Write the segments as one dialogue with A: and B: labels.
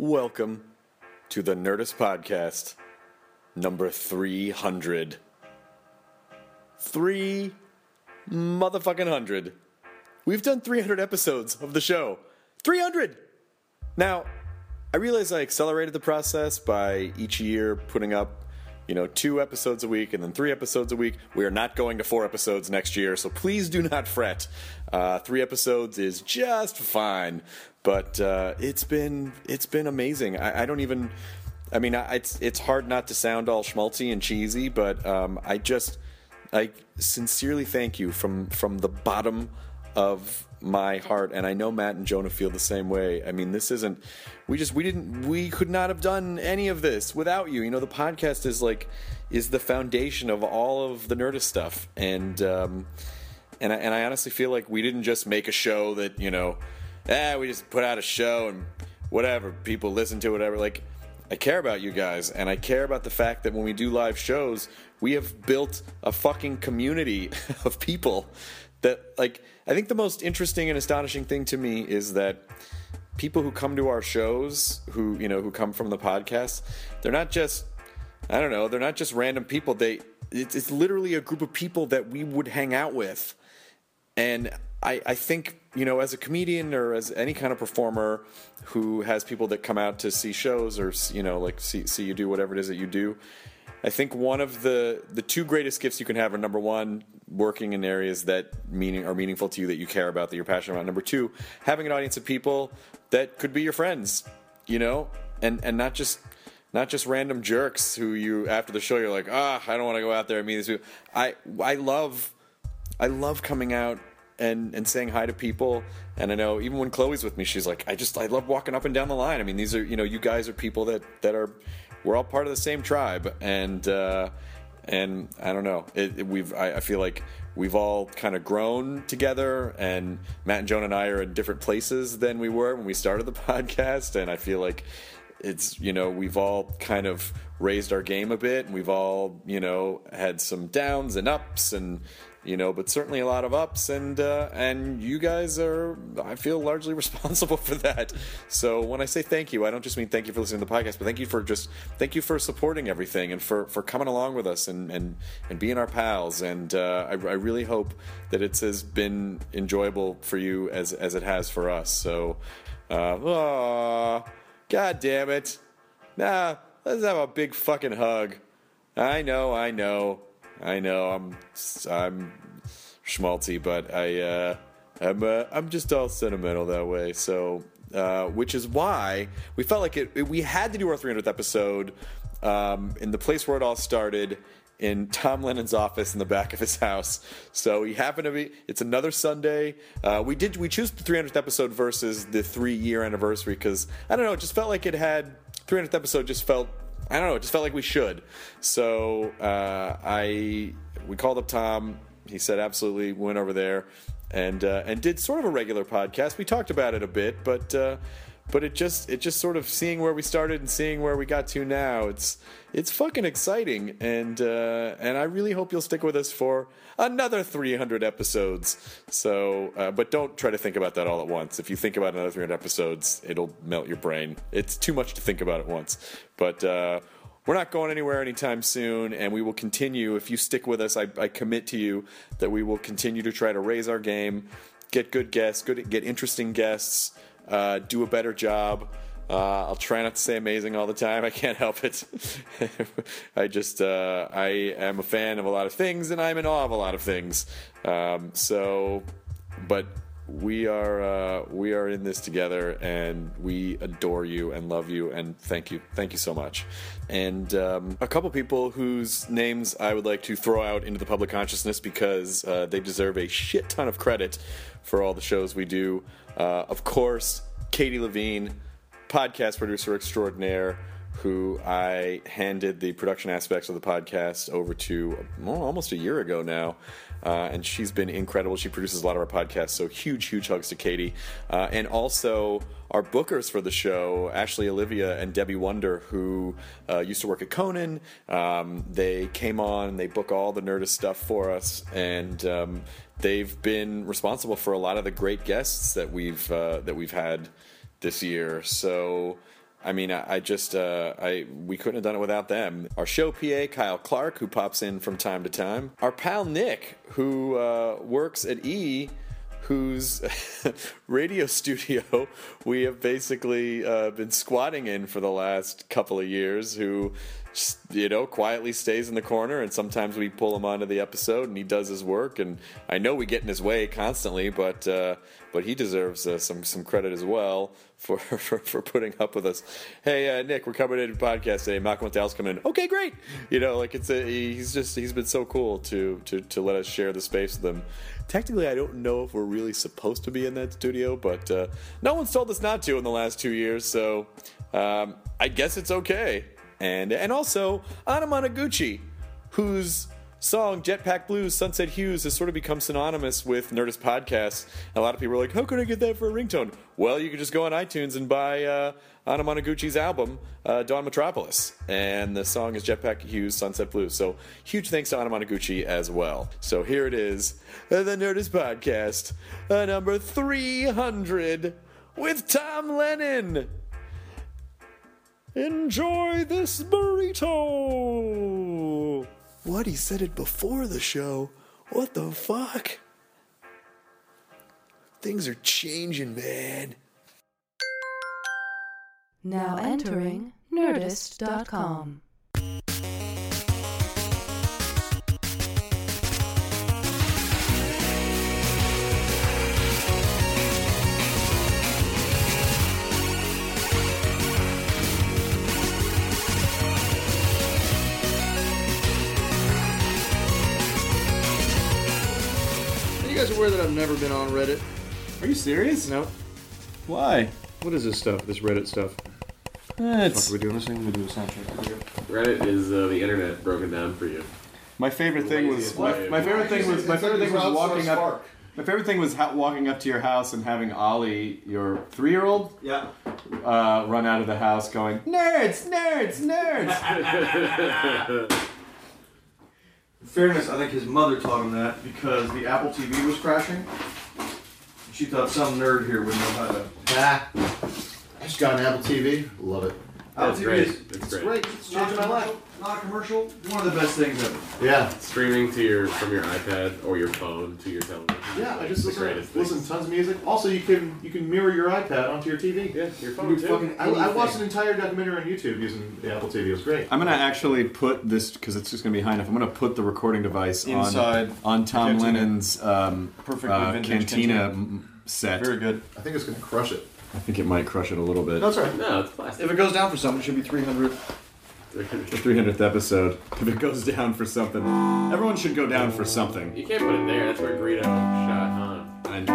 A: Welcome to the Nerdist Podcast, number 300. Three motherfucking hundred. We've done 300 episodes of the show. 300! Now, I realize I accelerated the process by each year putting up, you know, two episodes a week and then three episodes a week. We are not going to four episodes next year, so please do not fret. Uh, three episodes is just fine, but uh, it's been it's been amazing. I, I don't even, I mean, I, it's it's hard not to sound all schmaltzy and cheesy, but um, I just I sincerely thank you from from the bottom of my heart and i know matt and jonah feel the same way i mean this isn't we just we didn't we could not have done any of this without you you know the podcast is like is the foundation of all of the nerdist stuff and um and i, and I honestly feel like we didn't just make a show that you know eh, we just put out a show and whatever people listen to whatever like I care about you guys, and I care about the fact that when we do live shows, we have built a fucking community of people that, like, I think the most interesting and astonishing thing to me is that people who come to our shows, who, you know, who come from the podcast, they're not just, I don't know, they're not just random people. They, it's, it's literally a group of people that we would hang out with. And I, I think, you know, as a comedian or as any kind of performer who has people that come out to see shows or, you know, like see, see you do whatever it is that you do, I think one of the, the two greatest gifts you can have are number one, working in areas that meaning are meaningful to you that you care about, that you're passionate about. Number two, having an audience of people that could be your friends, you know, and, and not just not just random jerks who you after the show you're like, ah, I don't want to go out there and meet these people. I I love I love coming out and and saying hi to people. And I know even when Chloe's with me, she's like, I just I love walking up and down the line. I mean, these are you know you guys are people that that are we're all part of the same tribe, and uh, and I don't know. It, it- we've I, I feel like we've all kind of grown together, and Matt and Joan and I are in different places than we were when we started the podcast, and I feel like. It's you know we've all kind of raised our game a bit, and we've all you know had some downs and ups, and you know, but certainly a lot of ups, and uh, and you guys are, I feel, largely responsible for that. So when I say thank you, I don't just mean thank you for listening to the podcast, but thank you for just thank you for supporting everything and for for coming along with us and and and being our pals. And uh, I, I really hope that it has been enjoyable for you as as it has for us. So, uh, ah, aw, god damn it, nah, let's have a big fucking hug. I know, I know, I know. I'm I'm schmaltzy, but I uh, I'm uh, I'm just all sentimental that way. So, uh, which is why we felt like it, it- We had to do our 300th episode um, in the place where it all started. In Tom Lennon's office in the back of his house, so he happened to be. It's another Sunday. Uh, we did we choose the 300th episode versus the three year anniversary because I don't know. It just felt like it had 300th episode. Just felt I don't know. It just felt like we should. So uh, I we called up Tom. He said absolutely. Went over there and uh, and did sort of a regular podcast. We talked about it a bit, but uh, but it just it just sort of seeing where we started and seeing where we got to now. It's it's fucking exciting, and uh, and I really hope you'll stick with us for another 300 episodes. So, uh, but don't try to think about that all at once. If you think about another 300 episodes, it'll melt your brain. It's too much to think about at once. But uh, we're not going anywhere anytime soon, and we will continue. If you stick with us, I, I commit to you that we will continue to try to raise our game, get good guests, good get interesting guests, uh, do a better job Uh, I'll try not to say amazing all the time. I can't help it. I just uh, I am a fan of a lot of things, and I'm in awe of a lot of things. Um, so, but we are uh, we are in this together, and we adore you and love you, and thank you, thank you so much. And um, a couple people whose names I would like to throw out into the public consciousness because uh, they deserve a shit ton of credit for all the shows we do. Uh, of course, Katie Levine podcast producer extraordinaire who I handed the production aspects of the podcast over to well, almost a year ago now. Uh, and she's been incredible. She produces a lot of our podcasts, so huge, huge hugs to Katie. Uh, and also our bookers for the show, Ashley Olivia and Debbie Wonder, who uh, used to work at Conan. Um, they came on and they book all the Nerdist stuff for us. And um, they've been responsible for a lot of the great guests that we've, uh, that we've had this year. So, I mean, I, I just uh, I we couldn't have done it without them. Our show PA Kyle Clark, who pops in from time to time. Our pal Nick, who uh, works at E. Whose radio studio we have basically uh, been squatting in for the last couple of years, who, just, you know, quietly stays in the corner, and sometimes we pull him onto the episode, and he does his work. And I know we get in his way constantly, but uh, but he deserves uh, some some credit as well for, for for putting up with us. Hey, uh, Nick, we're coming in podcast today. Malcolm McDowell's coming in. Okay, great. You know, like it's a, he's just he's been so cool to to to let us share the space with him. Technically, I don't know if we're really supposed to be in that studio, but uh, no one's told us not to in the last two years, so um, I guess it's okay. And and also Anna Monoguchi, whose song Jetpack Blues, Sunset Hues has sort of become synonymous with Nerdist podcasts. And a lot of people are like, how could I get that for a ringtone? Well, you could just go on iTunes and buy uh, Anna Monoguchi's album, uh, Dawn Metropolis. And the song is Jetpack Hues, Sunset Blues. So huge thanks to Anna Monoguchi as well. So here it is, the Nerdist Podcast, uh, number 300 with Tom Lennon. Enjoy this burrito! What? He said it before the show? What the fuck? Things are changing, man.
B: Now entering Nerdist.com.
C: Are you guys aware that I've never been on Reddit?
A: Are you serious?
C: No.
A: Why? Eh,
C: What is this stuff? This Reddit stuff?
A: That's
C: Are we doing this thing? We do a soundtrack. video.
D: Reddit is uh, the internet broken down for you.
A: my favorite thing was
D: Lazy
A: my,
D: way.
A: my favorite thing was my favorite thing was
C: Crowdsource
A: walking up.
C: Spark.
A: My favorite thing was ha- walking up to your house and having Ollie, your three-year-old,
C: Yeah.
A: uh, run out of the house going nerds, nerds, nerds.
C: In fairness, I think his mother taught him that because the Apple TV was crashing. She thought some nerd here would know how to.
E: Ah, I just got an Apple TV. Love it.
C: Apple TV
D: great.
C: is-
D: It's
C: It's
D: great.
C: great. It's changing my life. Not a commercial. One of the best things ever.
E: Yeah.
D: Streaming to your from your iPad or your phone to your television.
E: Yeah, I
D: Like,
E: just
D: the
E: listen,
D: greatest thing.
E: listen to tons of music. Also, you can you can mirror your iPad onto your TV.
D: Yeah, your
E: You
D: phone
E: can
D: too.
E: fucking, I, I watched an entire documentary on YouTube using the Apple TV. It was great.
A: I'm gonna actually put this because it's just gonna be high enough. I'm gonna put the recording device on-
C: Inside.
A: on Tom
C: Cantina.
A: Lennon's um,
C: Perfectly
A: uh,
C: vintage
A: cantina,
C: cantina.
A: m- set.
C: Very good.
E: I think it's gonna crush it.
A: I think it might crush it a little bit.
E: That's all right.
D: No, it's plastic.
C: If it goes down for something, it should be 300.
A: The 300th episode. If it goes down for something, everyone should go down for something.
D: you can't put it there. That's where Greedo shot Han.
A: And-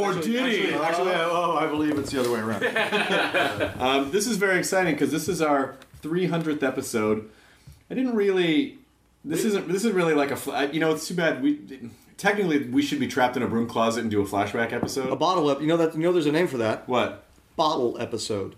A: Or did he?
C: Uh, actually, Actually, I- oh, I believe it's the other way around.
A: um, this is very exciting because this is our 300th episode. I didn't really. This isn't. This is really like a. fl- I- You know, it's too bad. We technically we should be trapped in a broom closet and do a flashback episode.
C: a bottle up. You know that. You know there's a name for that.
A: what?
C: Bottle episode.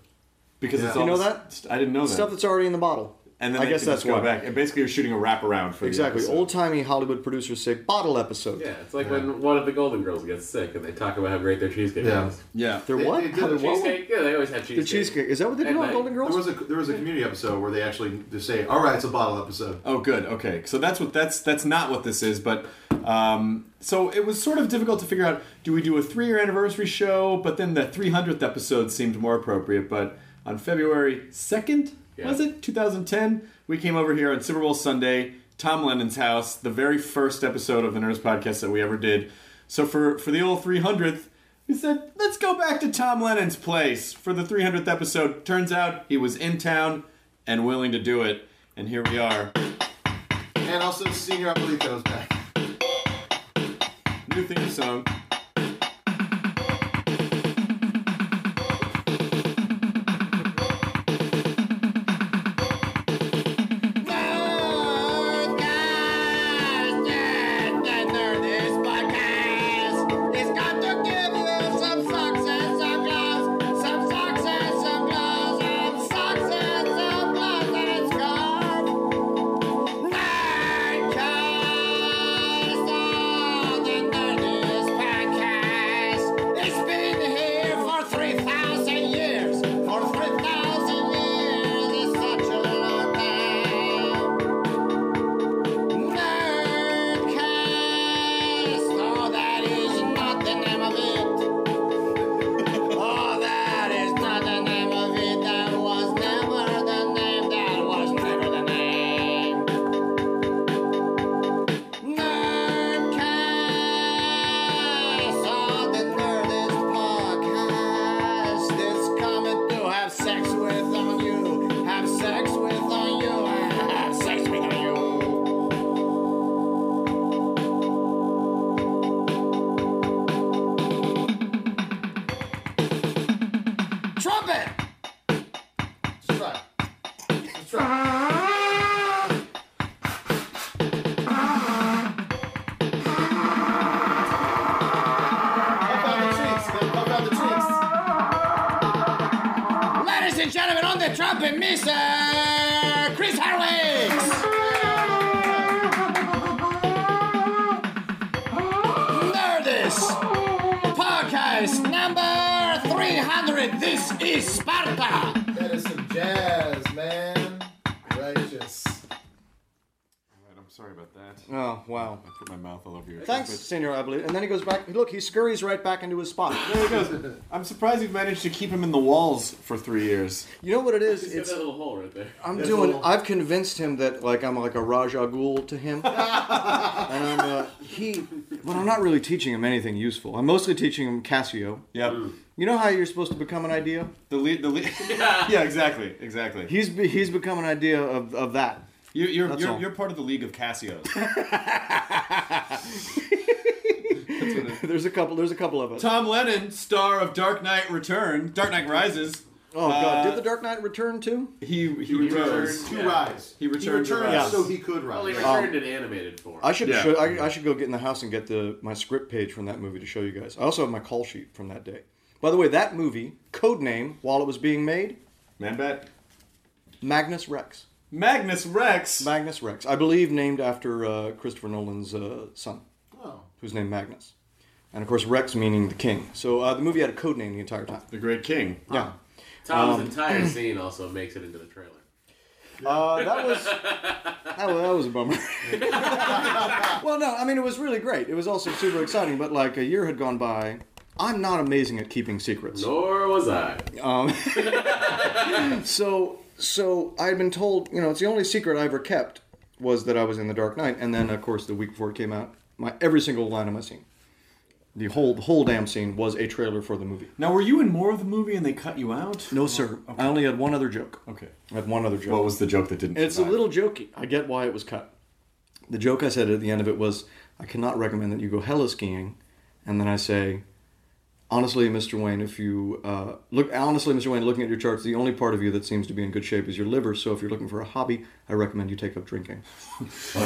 A: Because it's
C: You
A: all
C: know
A: the
C: that?
A: st- I didn't know that.
C: Stuff that's already in the bottle.
A: and then
C: I
A: they
C: guess
A: can
C: that's
A: just go
C: why.
A: back. And basically, you're shooting a wraparound for the
C: Exactly.
A: episode.
C: Old timey Hollywood producers say bottle episode.
D: Yeah, it's like when one of the Golden Girls gets sick and they talk about how great their cheesecake
E: Yeah.
D: is.
A: Yeah.
C: They're
E: They-
C: what?
E: they did
C: How-
E: the
C: what-
D: Cheesecake? Yeah, they always had
C: The
D: cheesecake.
C: cheesecake. Is that what they do
D: And
C: on
D: they-
C: Golden
E: There
C: Girls?
E: was a there was a community episode where they actually just say, "All right, it's a bottle episode."
A: Oh, good. Okay, so that's what that's that's not what this is, but
E: Um, so it was sort of difficult to figure out do we do a three year anniversary show, but then the 300th episode seemed more appropriate. But on February 2nd,
F: Yeah.
E: was it? 2010, we came over here on Super Bowl Sunday, Tom Lennon's house, the very first episode of the Nerds podcast that we ever did. So for, for the old 300th, we said, let's go back to Tom Lennon's place for the 300th episode. Turns out he was in town and willing to do it. And here we are.
A: And also, Senior Abuelito is back.
E: New theme song.
A: Let's try. Let's try. Pump out the cheeks, man. Pump out the cheeks.
G: Ladies and gentlemen, on the trumpet, Mr. Chris Harwicks. Nerdist podcast number 300. This is Sparta.
A: That is some jazz, man. Righteous.
F: I'm sorry about that.
H: Oh, wow.
F: I put my mouth all over your
H: Thanks, Senor Abuelito. And then he goes back. Look, he scurries right back into his spot.
E: There he goes. I'm surprised you've managed to keep him in the walls for three years.
H: You know what it is?
F: It's,
H: It's
F: got that little hole right there.
H: I'm
A: There's a
H: doing.
A: little-
H: I've convinced him that like I'm like a Raja Ghul to him, and I'm uh, he. But I'm not really teaching him anything useful. I'm mostly teaching him Casio.
E: Yep.
H: You know how you're supposed to become an idea?
E: The lead. The lead. yeah. Exactly. Exactly.
H: He's be- he's become an idea of, of that.
E: You, you're
H: That's
E: you're,
H: all.
E: you're part of the League of Cassios.
H: there's a couple. There's a couple of us.
E: Tom Lennon, star of Dark Knight Return, Dark Knight Rises.
H: oh God!
E: uh,
H: Did the Dark Knight return too?
E: He he,
A: Returned
E: rose.
A: to
F: Yeah.
A: rise.
E: He returned to rise.
A: so he could rise.
F: Well, he returned in animated form.
H: I should
E: Yeah.
H: show, I, I should go get in the house and get the my script page from that movie to show you guys. I also have my call sheet from that day. By the way, that movie code name while it was being made
E: Man bat.
H: Magnus Rex.
E: Magnus Rex.
H: Magnus Rex, I believe, named after uh, Christopher Nolan's uh, son, who's named Magnus, and of course Rex meaning the king. So uh, the movie had a code name the entire time.
E: the Great King.
H: Yeah,
F: Tom's entire scene also makes it into the trailer.
H: uh, that was that was that was a bummer. well, no, I mean it was really great. It was also super exciting, but like a year had gone by. I'm not amazing at keeping secrets. Um,
F: Nor was I.
H: So, so I had been told, you know, it's the only secret I ever kept was that I was in the Dark Knight, and then of course the week before it came out, my every single line of my scene, the whole the whole damn scene was a trailer for the movie.
E: Now, were you in more of the movie and they cut you out?
H: No, sir, I only had one other joke.
E: Okay.
H: I had one other joke.
E: What was the joke that didn't?
H: it's a
E: survive?
H: little jokey. I get why it was cut. The joke I said at the end of it was, I cannot recommend that you go hella skiing, and then I say. Honestly, Mr. Wayne, if you uh, look honestly, Mr. Wayne, looking at your charts, the only part of you that seems to be in good shape is your liver. So, if you're looking for a hobby, I recommend you take up drinking. yeah,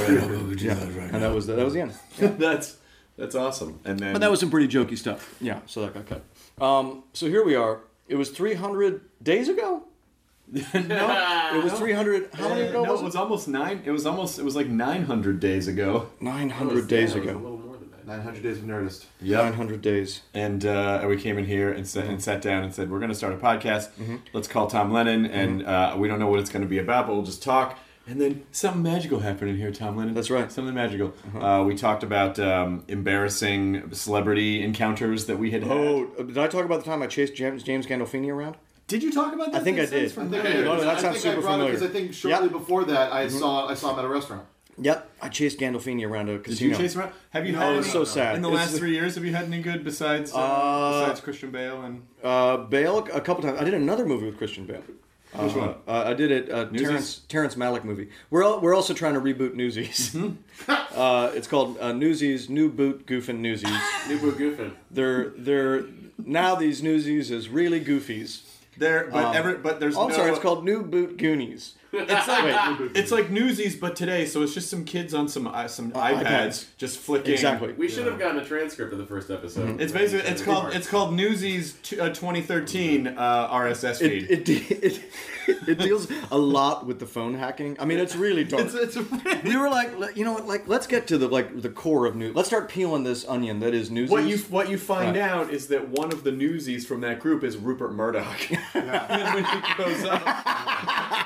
H: and that was the, that was the end.
E: that's that's awesome. And then
H: But that was some pretty jokey stuff. Yeah, so that got cut. Um, so here we are. It was 300 days ago. no, it was 300. How many
E: Uh,
H: ago
E: no,
H: was
E: it was
H: it?
E: almost nine. It was almost. It was like nine hundred days ago.
H: 900 days
F: Yeah, it was A
H: ago.
F: little more than that.
A: 900 Days of Nerdist.
E: Yep.
H: 900 days.
E: and uh, we came in here and sat, and sat down and said, "We're
H: Mm-hmm.
E: going to start a podcast. Let's call Tom Lennon, and uh, we don't know what it's going to be about, but we'll just talk." And then something magical happened in here, Tom Lennon.
H: That's right. Uh-huh.
E: Something magical. Uh, we talked about um, embarrassing celebrity encounters that we had had.
H: Oh, did I talk about the time I chased James, James Gandolfini around?
E: Did you talk about
H: I
E: that?
H: think
E: That
H: I did.
E: sounds
H: I
E: familiar.
H: think
A: I
H: No, no,
A: did.
H: that
A: I
H: sounds
A: think I
H: super
A: brought it
H: familiar.
A: because I think shortly
H: Yep. Mm-hmm.
A: before that I saw I saw him at a restaurant.
H: Yep, I chased Gandolfini around a
E: Did
H: casino.
E: you chase around? Have you
H: No,
E: had
H: it's
E: any-
H: so sad.
E: in the
H: It's-
E: last three years? Have you had any good besides uh,
H: Uh,
E: besides Christian Bale and
H: Uh, Bale a couple times. I did another movie with Christian Bale.
E: Which
H: Uh,
E: one?
H: Uh, I did it. Uh,
E: Newsies?
H: Terrence Terrence Malick movie. We're al- we're also trying to reboot Newsies.
E: Mm-hmm.
H: uh, it's called uh, Newsies New Boot Goofin' Newsies.
F: New Boo Goofin.
H: they're they're now these Newsies is really goofies.
E: there? But
H: Um,
E: ever but there's.
H: Oh, I'm
E: no,
H: sorry, it's called New Boot Goonies.
E: It's like it's like Newsies, but today. So it's just some kids on some i- some Uh, iPads,
H: iPads.
E: just flicking.
H: Exactly.
F: We should have gotten a transcript of the first episode.
E: It's basically it's called it's called Newsies t- uh, 2013 uh, RSS feed.
H: It, it, it, it deals a lot with the phone hacking. I mean, it's really dark. we were like, le- you know what? Like, let's get to the like the core of news. Let's start peeling this onion that is Newsies.
E: what you what you find
H: Right.
E: out is that one of the Newsies from that group is Rupert Murdoch. and when he grows up,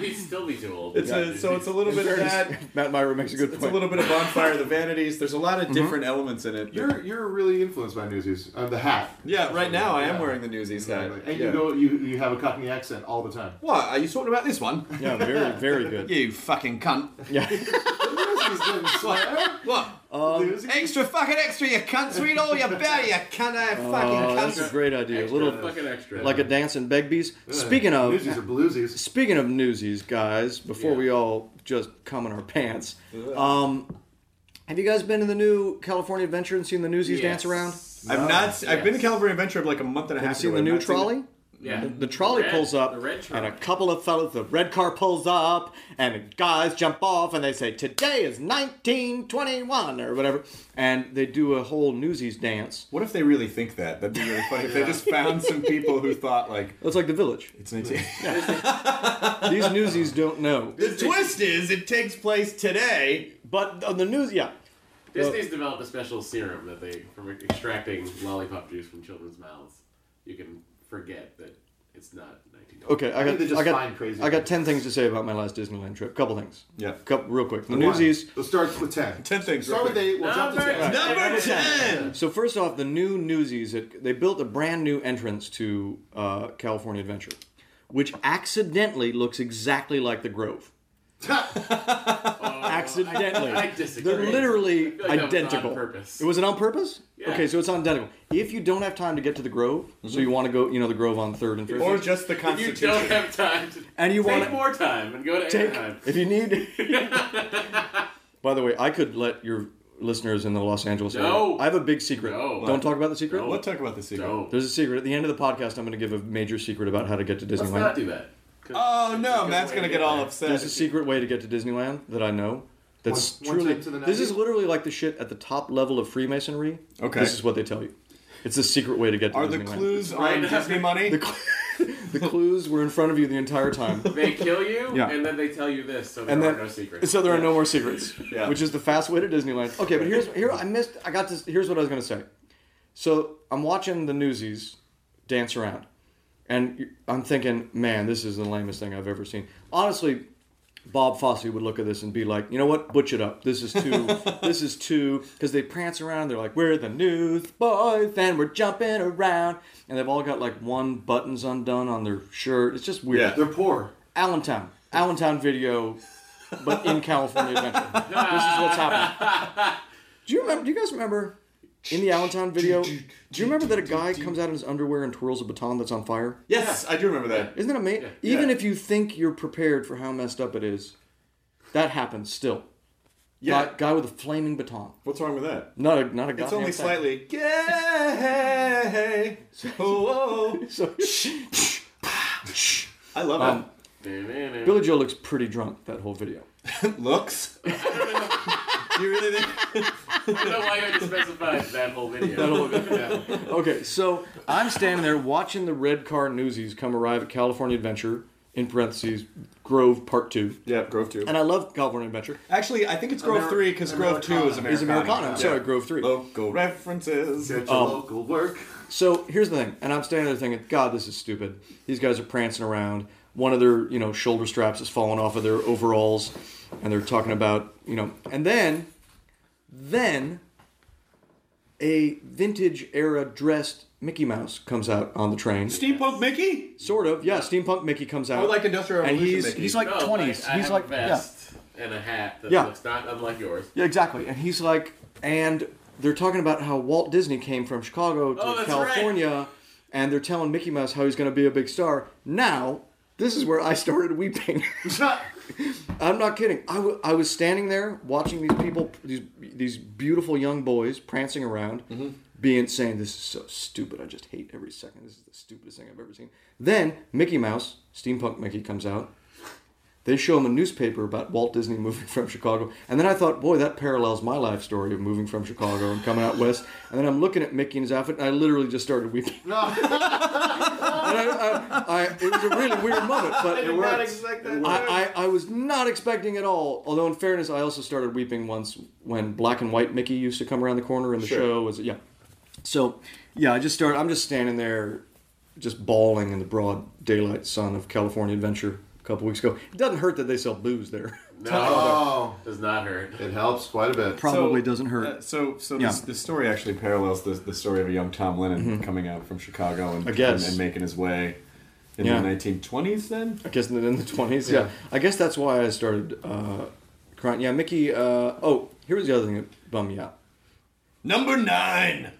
F: He still be too old.
E: it's a, so it's a little bit of that.
H: Matt Myra makes a good
E: It's a
H: point.
E: little bit of Bonfire of the Vanities. There's a lot of different elements in it.
A: You're you're really influenced by Newsies. Uh, the hat.
E: yeah, right now I am
A: Yeah.
E: wearing the Newsies hat.
A: Exactly. And
E: Yeah.
A: you go you you have a Cockney accent all the time.
E: What are you talking about this one?
H: yeah, very very good.
E: You fucking cunt!
A: Newsies didn't swear.
E: What?
H: Um,
A: Newsies?
E: Extra fucking extra, you cunt! Sweet all your belly, you cunt! Oh,
H: Oh,
E: fucking
H: that's a great idea. A little
F: fucking extra.
H: like a dance in Begbie's. Speaking of
A: Newsies are bluesies.
H: speaking of Newsies, guys, before we all just come in our pants, um, have you guys been to the new California Adventure and seen the Newsies dance around?
E: I've not. se- I've been to California Adventure like a month and a
H: Have you
E: half.
H: seen
E: ago.
H: the
E: I've
H: new
E: not seen it.
H: trolley?
F: Yeah.
H: The, the trolley
F: red-
H: pulls up,
F: the red
H: and
F: trolley.
H: a couple of fellas, the red car pulls up, and guys jump off, and they say, "Today is 1921" or whatever, and they do a whole Newsies dance.
E: What if they really think that? That'd be really funny. If they just found some people who thought like
H: It's like the village.
E: it's 19.
H: These Newsies don't know,
E: the twist is it takes place today.
H: but on the news, yeah.
F: Disney's developed a special serum that they from extracting lollipop juice from children's mouths. You can forget that it's not 1920.
H: Okay, uh, I got
A: they just
H: I got
A: find crazy
H: I got
A: things.
H: ten things to say about my last Disneyland trip. Couple things.
E: Yeah.
H: Couple real quick. The Newsies.
A: Let's start with ten.
E: Ten things.
A: Start with
E: real quick.
A: eight. We'll jump to
F: Number
A: ten.
E: Number ten.
H: So first off, the new Newsies. It, they built a brand new entrance to uh, California Adventure, which accidentally looks exactly like the Grove. accidentally,
F: I disagree.
H: they're literally
F: feel like that was on
H: identical.
F: purpose.
H: It was it on purpose?
F: Yeah.
H: Okay, so it's on identical. If you don't have time to get to the Grove, so you want to go, you know, the Grove on Third and Fifth,
E: Mm-hmm. Or just the
F: If you don't
E: Constitution.
F: have time to
H: and you
F: take
H: want to
F: more time and go to
H: take
F: Anaheim.
H: if you need. By the way, I could let your listeners in the Los Angeles
F: No.
H: area. I have a big secret.
F: No.
H: Don't talk about the secret.
F: No.
E: Let's talk about the secret.
F: No.
H: There's a secret. At the end of the podcast, I'm going to give a major secret about how to get to
F: Let's
H: Disneyland.
F: not do that. 'Cause
E: Oh
F: it's a
E: no,
F: good
E: Matt's
F: way
E: gonna
F: to
E: get all
F: there.
E: upset.
H: There's a secret way to get to Disneyland that I know. That's
A: One- one
H: truly.
A: time to the
H: this is
A: night.
H: literally like the shit at the top level of Freemasonry.
E: Okay.
H: This is what they tell you. It's a secret way to get to
E: Are the
H: Disneyland.
E: clues
F: Right.
E: on Disney money?
H: The, cl- the clues were in front of you the entire time.
F: They kill you,
H: Yeah.
F: and then they tell you this, so there
H: And
F: are
H: then-
F: no secrets.
H: So there are no more secrets,
E: Yeah.
H: which is the fast way to Disneyland. Okay, but here's here I missed. I got this. Here's what I was gonna say. So I'm watching the Newsies dance around, and you- I'm thinking, man, this is the lamest thing I've ever seen. Honestly, Bob Fosse would look at this and be like, you know what, butch it up. This is too. this is too. Because they prance around. They're like, we're the News Boys, and we're jumping around, and they've all got like one buttons undone on their shirt. It's just weird.
E: Yeah.
A: They're poor.
H: Allentown. Allentown video, but in California Adventure. this is what's happening. Do you remember? Do you guys remember in the Allentown video? Do you remember that a guy comes out in his underwear and twirls a baton that's on fire?
E: yes, I do remember that.
H: Isn't that amazing? Even if you think you're prepared for how messed up it is, that happens still.
E: Yeah.
H: Guy, guy with a flaming baton.
E: What's wrong with that?
H: Not a not a.
E: It's
H: goddamn
E: only
H: thing.
E: slightly gay. Oh, oh.
H: So,
E: I love
A: Um,
H: Billy Joe looks pretty drunk that whole video.
E: it. Looks. you really think?
F: I don't know why you had to specify that whole video.
H: Okay, so I'm standing there watching the red car newsies come arrive at California Adventure in parentheses Grove Part Two,
E: Yeah, Grove Two.
H: and I love California Adventure.
E: Actually, I think it's Grove
A: Ameri-
E: Three because Grove Two is Americana.
H: Is Americana. I'm sorry,
E: Yeah. Oh,
H: Grove Three.
E: Local references.
A: Get your local work.
H: So here's the thing, and I'm standing there thinking, God, this is stupid. These guys are prancing around. one of their you know shoulder straps is falling off of their overalls, and they're talking about you know, and then, then, a vintage era dressed Mickey Mouse comes out on the train.
I: Steampunk Mickey?
H: Sort of, yeah. Steampunk Mickey comes out.
I: Oh, like Industrial
H: and
I: Revolution
H: he's,
I: Mickey.
H: He's like
F: No,
H: twenties.
F: I
H: he's
F: have
H: like
F: a
H: yeah.
F: vest and a hat that
H: Yeah.
F: looks not unlike yours.
H: Yeah, exactly. And he's like, and they're talking about how Walt Disney came from Chicago to
F: Oh, that's
H: California, and they're telling Mickey Mouse how he's going to be a big star. Now, this is where I started weeping. I'm not kidding. I wa- I was standing there watching these people, these these beautiful young boys prancing around,
F: Mm-hmm.
H: being saying, "This is so stupid. I just hate every second. This is the stupidest thing I've ever seen." Then Mickey Mouse, steampunk Mickey, comes out. They show him a newspaper about Walt Disney moving from Chicago, and then I thought, boy, that parallels my life story of moving from Chicago and coming out west. And then I'm looking at Mickey and his outfit, and I literally just started weeping. And I, I, I, it was a really weird moment, but
J: I did not
H: it worked.
J: expect that
H: It
J: to
H: worked.
J: work.
H: I, I, I was not expecting at all. Although, in fairness, I also started weeping once when Black and White Mickey used to come around the corner in the
J: Sure.
H: show. Was yeah. So yeah, I just started. I'm just standing there, just bawling in the broad daylight sun of California Adventure a couple weeks ago. It doesn't hurt that they sell booze there.
F: No,
H: Oh.
F: does not hurt.
A: It helps quite a bit.
H: Probably doesn't hurt.
E: uh, so, so
H: Yeah. Mm-hmm.
E: this, this story actually parallels the, the story of a young Tom Lennon coming out from Chicago and,
H: I guess.
E: and, and making his way in
H: Yeah.
E: the 1920s. Then
H: I guess in the- in the twenties. Yeah.
E: Yeah.
H: I guess that's why I started uh, crying. Yeah, Mickey. Uh, oh, here was the other thing that bummed me out.
I: Number nine.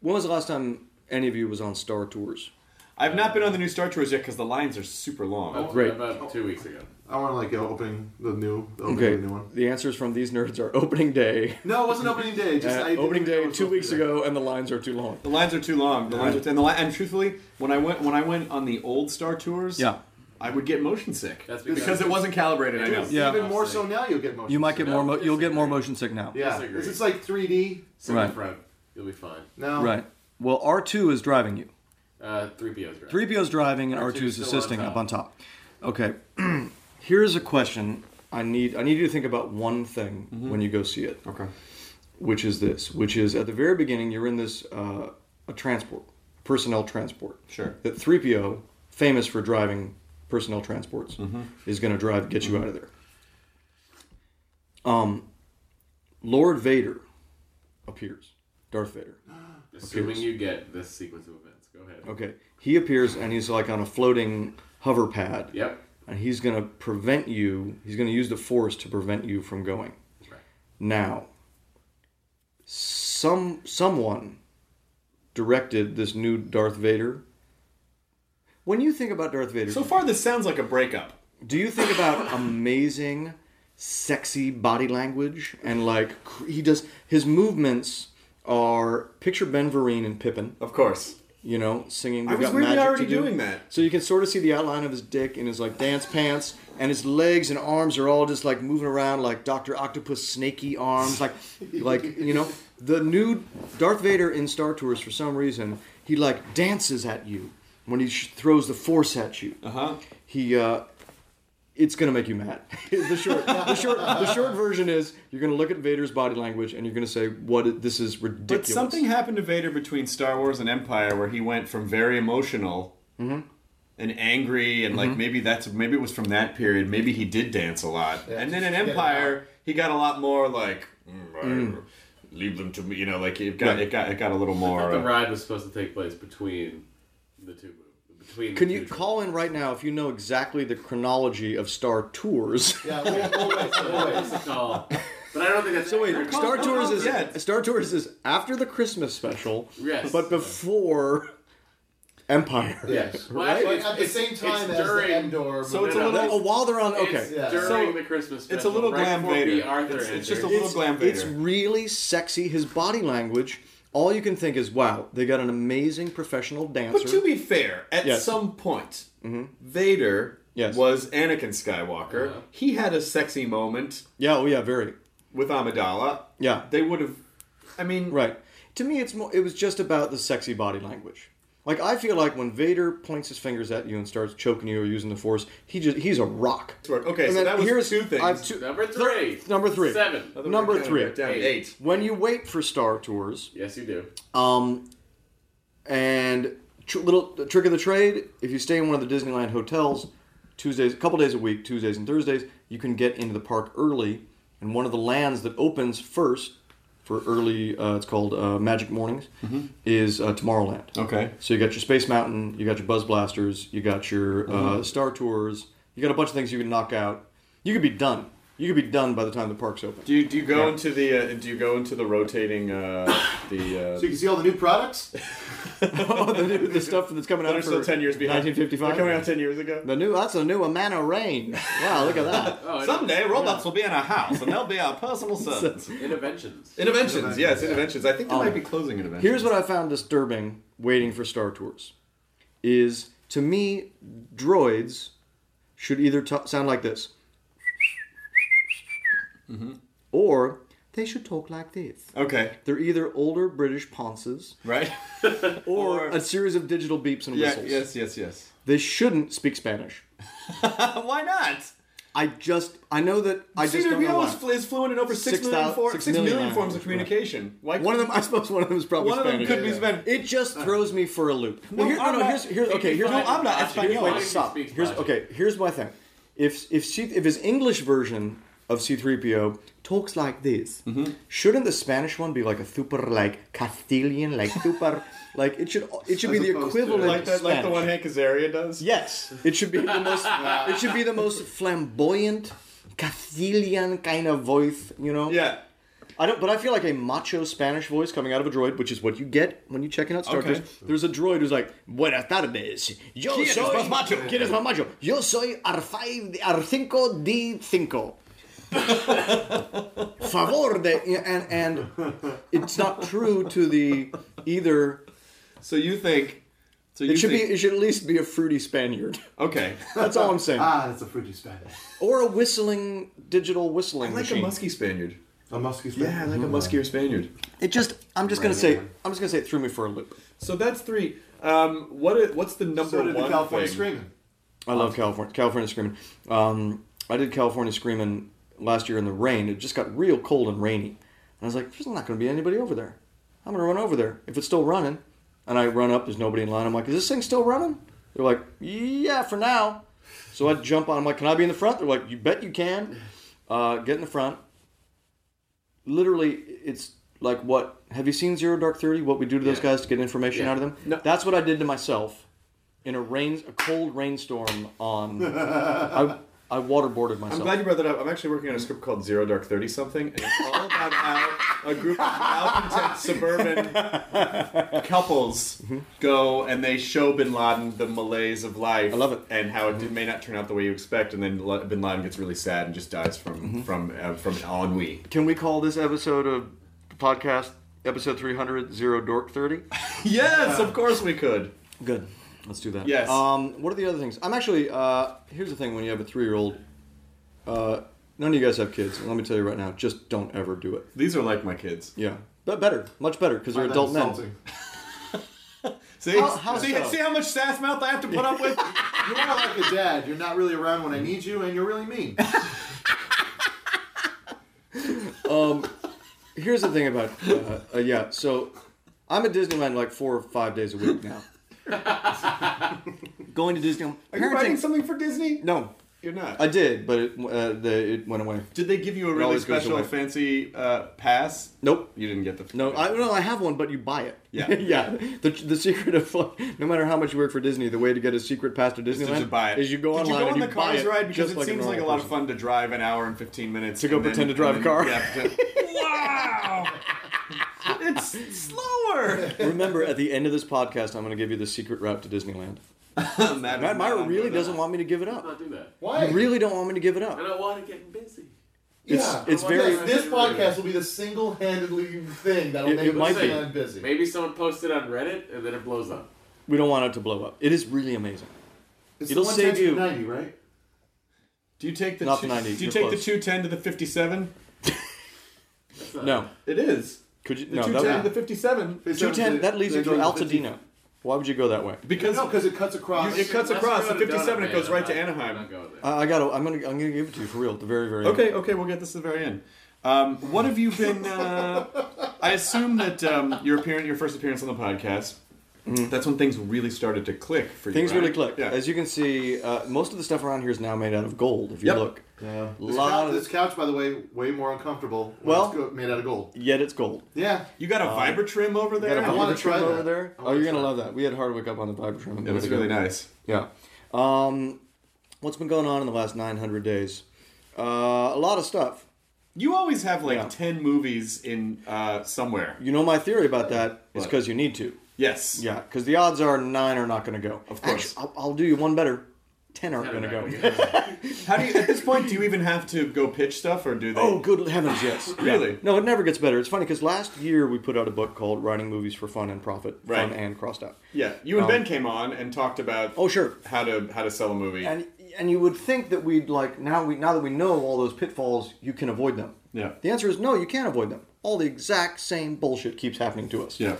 H: When was the last time any of you was on Star Tours?
E: I've not been on the new Star Tours yet because the lines are super long.
H: Oh, great.
F: About two weeks ago.
A: I want to like go opening the new, the opening
H: Okay,
A: of the new one.
H: the answers from these nerds are opening day.
A: No, it wasn't opening day. Just
H: Uh,
A: I didn't
H: opening
A: think it
H: day
A: was
H: two
A: opening
H: weeks
A: day.
H: ago, and the lines are too long.
E: The lines are too long. The lines
H: Yeah.
E: are and, the li- and truthfully, when I went when I went on the old Star Tours,
H: Yeah.
E: I would get motion sick.
F: That's
E: because,
F: because-
E: it wasn't calibrated. I know.
H: Yeah.
A: Even more so now, you'll get motion.
H: You might
A: sick.
H: get more. Mo- you'll get more motion sick now.
A: Yeah,
F: Disagree.
A: it's like 3D.
F: Sit in
H: Right.
F: front. You'll be fine.
A: No,
H: Right. Well, R two is driving you.
F: Uh, three PO's right.
H: Three PO's driving, and R
F: R2
H: two
F: is
H: is
F: still
H: assisting
F: on
H: up on top. Okay. Here's a question. I need. I need you to think about one thing when you go see it.
E: Okay.
H: Which is this? Which is at the very beginning, you're in this uh, a transport, personnel transport.
E: Sure.
H: That three PO, famous for driving personnel transports, is going to drive get you out of there. Um, Lord Vader appears. Darth Vader.
F: Assuming
H: appears.
F: you get this sequence of events. Go ahead.
H: Okay. He appears and he's like on a floating hover pad.
F: Yep.
H: And he's going to prevent you, he's going to use the force to prevent you from going.
F: Right.
H: Now, some someone directed this new Darth Vader. When you think about Darth Vader,
E: So far, this sounds like a breakup.
H: do you think about amazing, sexy body language and like cr- he does his movements are picture Ben Vereen and Pippin,
E: Of course.
H: you know, singing.
E: I
H: "We've
E: was
H: got
E: weirdly
H: magic to
E: already
H: do."
E: doing that.
H: So you can sort of see the outline of his dick in his like dance pants, and his legs and arms are all just like moving around like Doctor Octopus snaky arms, like like you know the new Darth Vader in Star Tours for some reason he like dances at you when he sh- throws the Force at you. Uh
E: Uh-huh.
H: huh. He uh, it's gonna make you mad. Is the short, the short, the short version is you're gonna look at Vader's body language and you're gonna say, "What? i- This is
E: But
H: ridiculous."
E: something happened to Vader between Star Wars and Empire, where he went from very emotional and angry, and like maybe that's maybe it was from that period. Maybe he did dance a lot, and then in
A: just get it
E: Empire, he got a lot more like. "Mm, I- Leave them to me, you know. Like it got, it got, it got a little more.
F: The
E: uh,
F: ride was supposed to take place between the two movies. Between
H: Can
F: the
H: you
F: two
H: call in right now if you know exactly the chronology of Star Tours?
A: Yeah, we'll, we'll wait. We'll wait.
F: trips. call? But I don't think that's so wait.
H: Star Tours is
E: yet.
H: Star Tours is after the Christmas special,
F: Yes.
H: but before Empire.
F: Yes. Well,
H: right.
F: actually,
A: But at the
F: it's-
A: same
F: it's
A: time as
F: during-
A: the Endor.
E: So it's a
F: No, no,
E: little.
H: Oh, while they're on,
F: It's
H: okay,
A: Yeah.
F: during
E: So,
F: the Christmas special.
E: it's a little
F: right
E: glam
F: before
E: Vader.
F: B. Arthur
E: It's, it's just a
F: enters.
E: little glam Vader.
H: it's really sexy. His body language. All you can think is, wow, they got an amazing professional dancer.
E: But to be fair, at
H: Yes.
E: some point, Vader
H: Yes.
E: was Anakin Skywalker. He had a sexy moment
H: yeah, oh yeah, very.
E: with Amidala.
H: Yeah.
E: They would have. I mean,
H: Right. To me, it's more. It was just about the sexy body language. Like I feel like when Vader points his fingers at you and starts choking you or using the force, he just—he's a rock.
E: Okay,
H: And
E: so
H: then
E: that was
H: here's-
E: two things.
H: I have two-
F: Number three.
H: number three.
F: Seven.
E: Other way
H: Number
E: down,
H: three.
E: right Down eight.
H: When you wait for Star Tours,
F: Yes, you do.
H: um, and tr- little trick of the trade: if you stay in one of the Disneyland hotels, Tuesdays, a couple days a week, Tuesdays and Thursdays, you can get into the park early. And one of the lands that opens first for early, uh, it's called uh, Magic Mornings,
E: Mm-hmm.
K: Mhm.
H: is uh, Tomorrowland.
K: Okay.
H: So you got your Space Mountain, you got your Buzz Blasters, you got your uh,
E: Mm-hmm.
K: Mhm.
H: Star Tours, you got a bunch of things you can knock out. You could be done. You could be done by the time the park's open.
E: Do you do you go
H: Yeah.
E: into the uh, do you go into the rotating uh, the uh,
A: So you can see all the new products.
H: oh, the, new, the stuff that's coming
E: That
H: out
E: are still
H: for
E: 10 years behind.
H: 1955.
E: They're coming out 10 years ago.
H: The new, that's a new Amano Rain. Wow, look at that.
E: Oh.
L: Someday robots will be in our house and they'll be our personal servants.
F: Interventions.
E: Interventions, yes, interventions. I think they
H: Oh.
E: might be closing interventions.
H: Here's what I found disturbing waiting for Star Tours is to me droids should either t- sound like this
E: Mm-hmm.
H: or they should talk like this.
E: Okay.
H: They're either older British ponces,
E: right?
H: or a series of digital beeps and
E: Yeah,
H: whistles.
E: yes, yes, yes.
H: They shouldn't speak Spanish.
E: Why not?
H: I just I know that I just don't know
E: CWO is,
H: why.
E: fl- is fluent in over six
H: Six
E: million
H: thou-
E: for-
H: six
E: six million
H: million
E: forms of
H: languages, right.
E: communication. Why
H: One of them, I suppose, one of them is probably
E: One of them
H: Spanish.
E: could be Yeah. Spanish.
H: It just throws me for a loop.
E: No,
H: Well, here-
E: I'm
H: no, no.
E: not-
H: Here's, here's,
E: He
H: okay.
E: can
H: Here's
E: find-
H: what
E: I'm not
H: Here's,
E: Espanol.
H: wait,
E: He can
H: stop.
E: speak
H: Here's okay. Here's my thing. If if C, if his English version of C-3PO talks like this,
E: Mm-hmm.
H: shouldn't the Spanish one be like a super like Castilian like super like it should it should be
E: As
H: the
E: opposed to-
H: equivalent
E: like
H: of
E: that, like the
H: Spanish.
E: one Hank Azaria does.
H: Yes, it should be the most. it should be the most flamboyant Castilian kind of voice. You know.
E: Yeah.
H: I don't, but I feel like a macho Spanish voice coming out of a droid, which is what you get when you're checking out Star
K: Okay.
H: Trek. There's a droid who's like, "Buenas tardes, yo
K: ¿Quién es
H: soy
K: más macho?
H: ¿Quién es más macho? Yo soy R5 R5 D5. Favor de and and it's not true to the either.
E: So you think? So
H: it should be. It should at least be a fruity Spaniard.
E: Okay,
H: that's all I'm saying.
A: Ah, that's a fruity Spanish.
H: Or a whistling digital whistling.
A: I like a
H: machine.
A: musky
E: Spaniard.
A: A musky Spaniard.
E: Yeah, I like a muskier Spaniard.
H: It just. I'm just gonna say. I'm just gonna say it threw me for a loop.
E: So that's three. Um, what is, what's the number
A: So did the
E: one
A: California
E: thing?
A: Screaming.
H: I love California California Screaming. Um, I did California Screaming last year in the rain. It just got real cold and rainy, and I was like, "There's not going to be anybody over there. I'm going to run over there if it's still running." And I run up. There's nobody in line. I'm like, "Is this thing still running?" They're like, "Yeah, for now." So I jump on. I'm like, "Can I be in the front?" They're like, "You bet you can." Uh, get in the front. Literally, it's like what? Have you seen Zero Dark Thirty? What we do to those guys to get information out of them? That's what I did to myself in a rain, a cold rainstorm on. I, I waterboarded myself.
E: I'm glad you brought that up. I'm actually working on a script called Zero Dark Thirty something, and it's all about how a group of malcontent suburban couples go and they show Bin Laden the malaise of life. I love it, Mm-hmm. and how it may not turn out the way you expect, and then La- Bin Laden gets really sad and just dies from from uh, from ennui.
H: Can we call this episode of the podcast episode 300 Zero Dork 30?
E: yes, of course we could.
H: Good. Let's do that.
E: Yes.
H: Um, what are the other things? I'm actually. Uh, here's the thing: when you have a three-year-old, uh, none of you guys have kids. Let me tell you right now: just don't ever do it.
E: These are like my kids.
H: Yeah, but better, much better, because they're
E: Why that
H: adult men.
E: insulting? See,
A: How- how
E: see,
A: so?
E: see how much sass mouth I have to put up with.
A: You're more like a dad. You're not really around when I need you, and you're really mean.
H: um, here's the thing about uh, uh, yeah. So I'm at Disneyland like four or five days a week now. Going to Disneyland.
E: Are you writing
H: parenting-
E: something for Disney?
H: No,
E: You're not.
H: I did, but it, uh, the, it went away.
E: Did they give you a
H: It
E: really
H: always goes
E: special
H: away.
E: fancy uh, pass?
H: Nope.
E: You didn't get the.
H: No, I, no, I have one, but you buy it.
E: Yeah.
H: yeah. The, the secret of like, no matter how much you work for Disney, the way to get a secret pass to
E: Just
H: Disneyland
E: to buy it.
H: is you go
E: Did you
H: online
E: go on
H: and
E: the
H: you buy
E: cars
H: it
E: ride because
H: just
E: it
H: like
E: seems
H: normal
E: like a lot of
H: person.
E: fun to drive an hour and fifteen minutes
H: To go
E: and then-
H: pretend to drive
E: and
H: a car.
E: then- yeah, pretend- it's slower.
H: Remember, at the end of this podcast, I'm going to give you the secret route to Disneyland.
E: Matt,
H: Matt Myra really doesn't want me to give it up.
F: Not do that.
A: Why?
H: You really don't want me to give it
F: I
H: up.
F: don't want to get busy.
H: It's it's very.
A: Yes, this podcast will be the single-handedly thing that'll
H: It-
A: make
H: it might be.
A: Disneyland busy.
F: Maybe someone posted on Reddit and then it blows up.
H: We don't want it to blow up. It is really amazing.
A: It's
H: It'll
A: the one
H: save
A: times
H: you.
A: 90, right?
E: Do you take the
H: Not
E: two,
H: 90,
E: Do you
H: you're
E: take
H: close.
E: the two ten to the fifty seven?
H: No,
E: It is.
H: could you?
E: The
H: no,
E: two
H: that
E: ten
H: would-
E: to the fifty seven.
H: 210. That leaves you to Altadena. Why would you go that way?
E: Because
A: no, because it cuts across.
E: it cuts
A: That's
E: across the
A: good.
E: fifty seven. It
A: Man,
E: goes
A: I'm
E: right
A: not-
E: to Anaheim.
H: I, I gotta. I'm gonna. I'm gonna give it to you for real. At the very, very. end.
E: Okay, okay, we'll get this at the very end. Um, what have you been? Uh, I assume that um, your appearance, your first appearance on the podcast, That's when things really started to click for you.
H: Mm-hmm. Things
E: right?
H: really click. As you can see, uh, most of the stuff around here is now made out of gold. If you
E: Yep.
H: look,
E: Yeah.
M: This,
H: Lot
M: couch,
H: of-
M: this couch, by the way, way more uncomfortable. when
H: Well-
M: it's go- made out of gold.
H: yet it's gold.
M: Yeah, you got a
H: Uh,
M: Vibra trim over
H: You
M: there.
H: Got a
M: I want
H: Vibratrim
M: to try that.
H: over there. Oh, you're gonna love that. We had Hardwick up on the Vibratrim. a
E: It was
H: minute ago.
E: really nice.
H: Yeah. Um, what's been going on in the last 900 days? Uh, a lot of stuff.
M: You always have like ten movies in uh, somewhere.
H: You know my theory about that is
M: What?
H: because you need to.
M: Yes.
H: Yeah, because the odds are nine are not going to go. Of
M: course.
H: I'll, I'll do you one better. Ten aren't going to go.
E: How do you at this point? Do you even have to go pitch stuff or do they?
H: Oh, good heavens, yes.
E: Really?
H: Yeah. No, it never gets better. It's funny because last year we put out a book called Writing Movies for Fun and Profit, Fun
E: Right.
H: and Crossed Out.
E: Yeah, you and
H: Um,
E: Ben came on and talked about.
H: Oh, sure.
E: How to how to sell a movie.
H: And and you would think that we'd like now we now that we know all those pitfalls, you can avoid them.
E: yeah.
H: The answer is no, you can't avoid them. All the exact same bullshit keeps happening to us.
E: Yeah.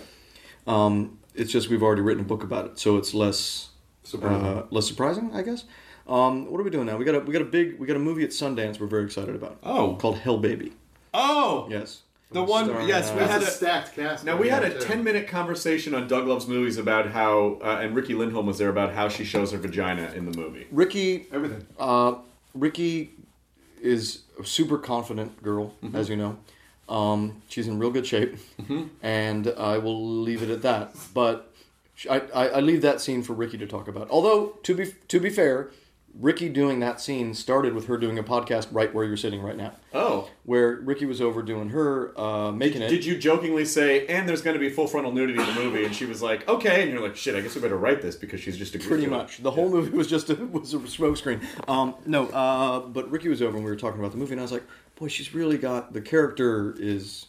H: Um, it's just we've already written a book about it, so it's less
E: Surprising.
H: uh, less surprising, I guess. Um, what are we doing now? We got a we got a big we got a movie at Sundance we're very excited about.
E: Oh.
H: called Hell Baby.
E: Oh.
H: Yes.
E: The one,
H: Starring,
E: yes, we
H: uh,
E: had a,
M: a stacked cast.
E: Now we had
M: Yeah,
E: a
M: too.
E: ten-minute conversation on Doug Love's movies about how, uh, and Ricky Lindholm was there about how she shows her vagina in the movie.
H: Ricky.
M: Everything.
H: Uh, Ricky is a super confident girl,
E: Mhm.
H: as you know. Um, she's in real good shape,
E: Mhm.
H: and I will leave it at that. But sh- I, I, I leave that scene for Ricky to talk about. Although to be to be fair, Ricky doing that scene started with her doing a podcast right where you're sitting right now.
E: Oh.
H: where Ricky was over doing her uh, making it.
E: Did you jokingly say, "And there's going to be full frontal nudity in the movie"? And she was like, "Okay." And you're like, "Shit, I guess we better write this because she's just a
H: Pretty much. The whole movie was just a, was a smokescreen. Um, no, uh, but Ricky was over and we were talking about the movie, and I was like, boy, she's really got the character is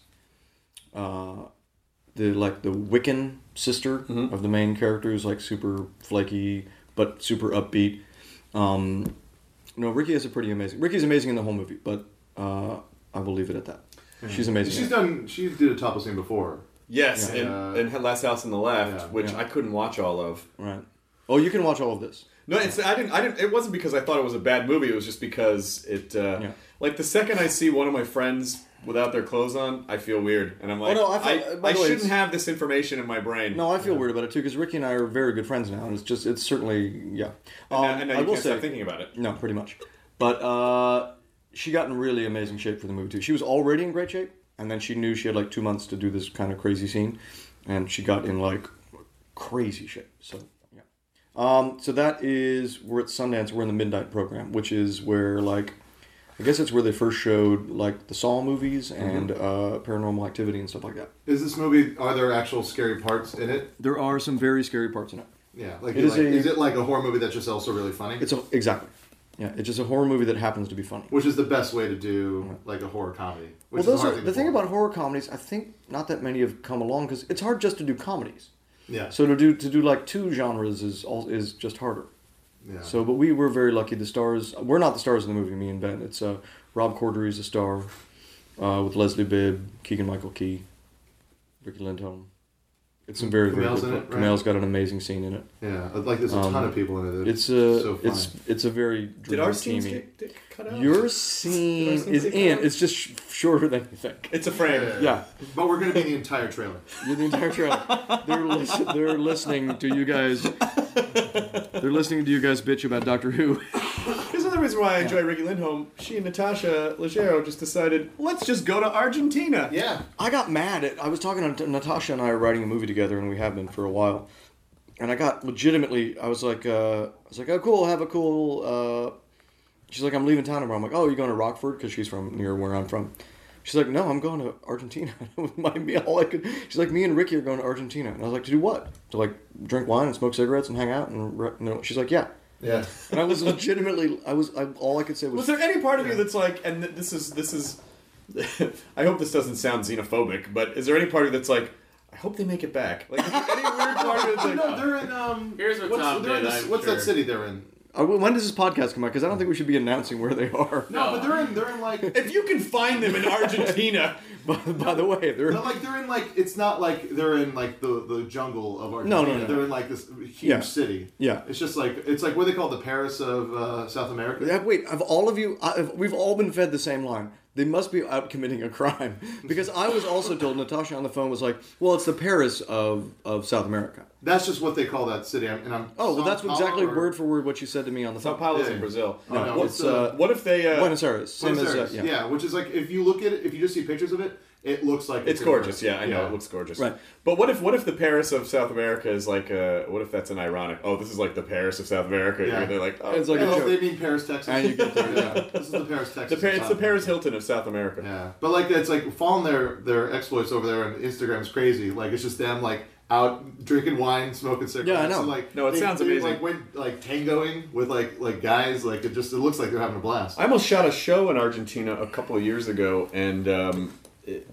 H: uh, the like the Wiccan sister of the main character is like super flaky but super upbeat. Um, no, Ricky is a pretty amazing. Ricky's amazing in the whole movie, but uh, I will leave it at that. She's amazing.
M: She's done. She did a topless scene before.
E: Yes,
M: Yeah.
E: in
M: Uh,
E: in Last House on the Left,
M: yeah.
E: which I couldn't watch all of.
H: Right. Oh, you can watch all of this.
E: No, it's I didn't. I didn't. It wasn't because I thought it was a bad movie. It was just because it. Uh, Like the second I see one of my friends without their clothes on, I feel weird, and I'm like,
H: no, I
E: I,
H: felt- uh, by
E: I,
H: the way,
E: shouldn't
H: it's-
E: have this information in my brain.
H: No, I feel weird about it too because Ricky and I are very good friends now, and it's just it's certainly yeah.
E: And now-
H: Um,
E: and now
H: I
E: you
H: will
E: can't
H: say,
E: stop thinking about it.
H: No, pretty much. But uh, she got in really amazing shape for the movie too. She was already in great shape, and then she knew she had like two months to do this kind of crazy scene, and she got in like crazy shape. So yeah. Um, so that is we're at Sundance. We're in the midnight program, which is where like. I guess it's where they first showed like the Saw movies
E: Mm-hmm.
H: and uh, Paranormal Activity and stuff like that.
M: Is this movie? Are there actual scary parts in it?
H: There are some very scary parts in it.
M: Yeah. Like,
H: It is
M: like-
H: a-
M: is it like a horror movie that's just also really funny?
H: It's a, exactly. Yeah, it's just a horror movie that happens to be funny.
M: which is the best way to do like a horror comedy. Which
H: Well,
M: is
H: those
M: a
H: are
M: hard
H: the
M: thing to
H: thing about horror comedies. I think not that many have come along because it's hard just to do comedies.
M: Yeah.
H: So to do to do like two genres is all is just harder.
M: Yeah.
H: So, but we were very lucky. The stars we're not the stars of the movie. Me and Ben. It's uh, Rob Corddry's a star uh, with Leslie Bibb, Keegan Michael Key, Ricky Lindholm. It's some very
M: Kumail's
H: very
M: in
H: good.
M: it, right?
H: Kumail's got an amazing scene in it.
M: Yeah, like, there's a
E: Um,
M: ton of people in it that
H: It's
M: are
H: a
M: so funny.
H: it's it's a very
E: Did our
H: dreamy,
E: scenes
H: teamy-
E: get, get cut out?
H: your scene
E: Did our scenes
H: is
E: get
H: in.
E: cut?
H: It's just sh- shorter than you think.
E: It's a frame.
H: Yeah.
M: But we're gonna be the entire trailer.
H: You're the entire trailer. They're, lis- they're listening to you guys. They're listening to you guys bitch about Doctor Who.
E: Here's another reason why I enjoy Ricky Lindholm. She and Natasha Leggero just decided, let's just go to Argentina.
M: Yeah.
H: I got mad at. I was talking to Natasha and I are writing a movie together, and we have been for a while. And I got legitimately. I was like, uh, I was like, oh cool, have a cool. Uh, she's like, I'm leaving town tomorrow. I'm like, oh, you going to Rockford? Because she's from near where I'm from. She's like, no, I'm going to Argentina. it might be all I could. She's like, me and Ricky are going to Argentina, and I was like, to do what? To like drink wine and smoke cigarettes and hang out and. Re-? No, she's like, yeah.
M: Yeah.
H: And I was legitimately, I was, I, all I could say was,
E: Was there any part of you that's like, and th- this is this is, I hope this doesn't sound xenophobic, but is there any part of you that's like, I hope they make it back? Like,
M: no, they're in um.
D: Here's what
M: what's,
D: Tom
M: they're in
D: did,
M: this-
D: I'm
M: what's
D: sure.
M: that city they're in?
H: Uh, when does this podcast come out? Because I don't think we should be announcing where they are.
M: No, but they're in. They're in like.
E: if you can find them in Argentina,
H: by, by the way, they're
M: But like they're in like it's not like they're in like the, the jungle of Argentina.
H: No, no, no.
M: They're in like this huge
H: Yeah.
M: city.
H: Yeah.
M: It's just like it's like what do they call the Paris of uh, South America.
H: Yeah, Wait, of all of you, I, of- we've all been fed the same line. They must be out committing a crime because I was also told Natasha on the phone was like, "Well, it's the Paris of, of South America."
F: That's just what they call that city. I'm- And I'm
H: Oh, well,
F: São
H: that's
F: Paulo
H: exactly
F: or-
H: word for word what you said to me on the phone.
F: Sao Paulo's in Brazil.
H: No,
F: Oh, no,
H: what,
F: it's,
H: uh,
F: uh, what if they, uh,
H: Buenos Aires? Same
F: Buenos
H: as
F: Aires,
H: uh,
F: yeah. which is like if you look at it, if you just see pictures of it, it looks like
E: It's
F: in
E: gorgeous.
F: Brazil.
E: Yeah, I know it looks gorgeous. But what if what if the Paris of South America is like a what if that's an ironic? Oh, this is like the Paris of South America.
F: Yeah.
E: And they're like, oh,
F: It's like a No, joke. they mean Paris, Texas. And you get there, yeah. This is the Paris, Texas
E: The Par-
F: of
E: it's
F: South
E: the Paris Hilton of South America.
F: Yeah, but like it's like following their their exploits over there on Instagram is crazy. Like it's just them like out drinking wine, smoking cigarettes.
E: Yeah, I know.
F: And, like
E: No, it
F: they-
E: sounds
F: they,
E: amazing.
F: Like went like tangoing with like like guys. Like it just it looks like they're having a blast.
E: I almost shot a show in Argentina a couple of years ago, and um, it,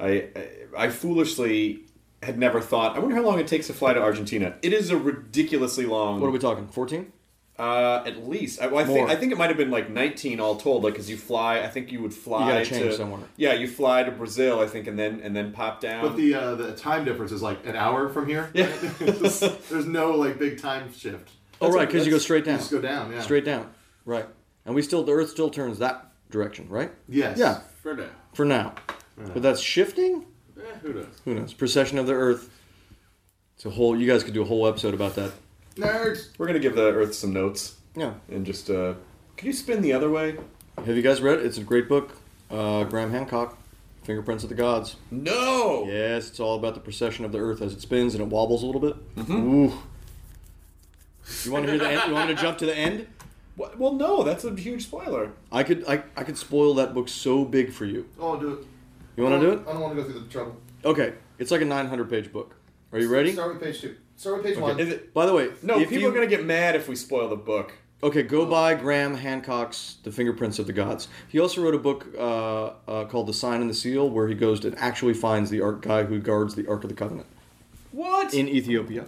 E: I I I foolishly had never thought. I wonder how long it takes to fly to Argentina. It is a ridiculously long. What are we
H: talking? Fourteen.
E: Uh, at least I, well, I
H: More.
E: think I think it might have been like 19 all told. Like, cause you fly, I think you would fly
H: gotta change
E: to
H: somewhere.
E: Yeah, you fly to Brazil, I think, and then and then pop down.
F: But the uh, the time difference is like an hour from here. Yeah, there's no like big time shift.
H: Oh, right, because you go straight down.
F: You just go down. Yeah,
H: Straight down. Right. And we still, the Earth still turns that direction, right?
F: Yes.
H: Yeah.
D: For now.
H: For now. But that's shifting?
D: Eh, who knows?
H: Who knows? Precession of the Earth. It's a whole, you guys could do a whole episode about that.
F: Nerds.
E: We're gonna give the Earth some notes.
H: Yeah.
E: And just, uh, can you spin the other way?
H: Have you guys read it? It's a great book. Uh, Graham Hancock, Fingerprints of the Gods.
E: No!
H: Yes, it's all about the precession of the Earth as it spins and it wobbles a little bit.
F: Mm-hmm.
H: Ooh. You want to hear the end? You want me to jump to the end?
E: Well, no, that's a huge spoiler.
H: I could, I, I could spoil that book so big for you.
F: Oh, do it.
H: You
E: Oh,
H: want to do it?
F: I don't want to go through the trouble.
H: Okay, it's like a 900 page book. Are you ready?
F: Start with page two. Start with page
H: Okay.
F: one.
H: Is it- By the way,
E: No,
H: if
E: people
H: you-
E: are gonna get mad if we spoil the book.
H: Okay, go buy Graham Hancock's The Fingerprints of the Gods. He also wrote a book uh, uh, called The Sign and the Seal, where he goes and actually finds the ark guy who guards the Ark of the Covenant
E: What?
H: in Ethiopia.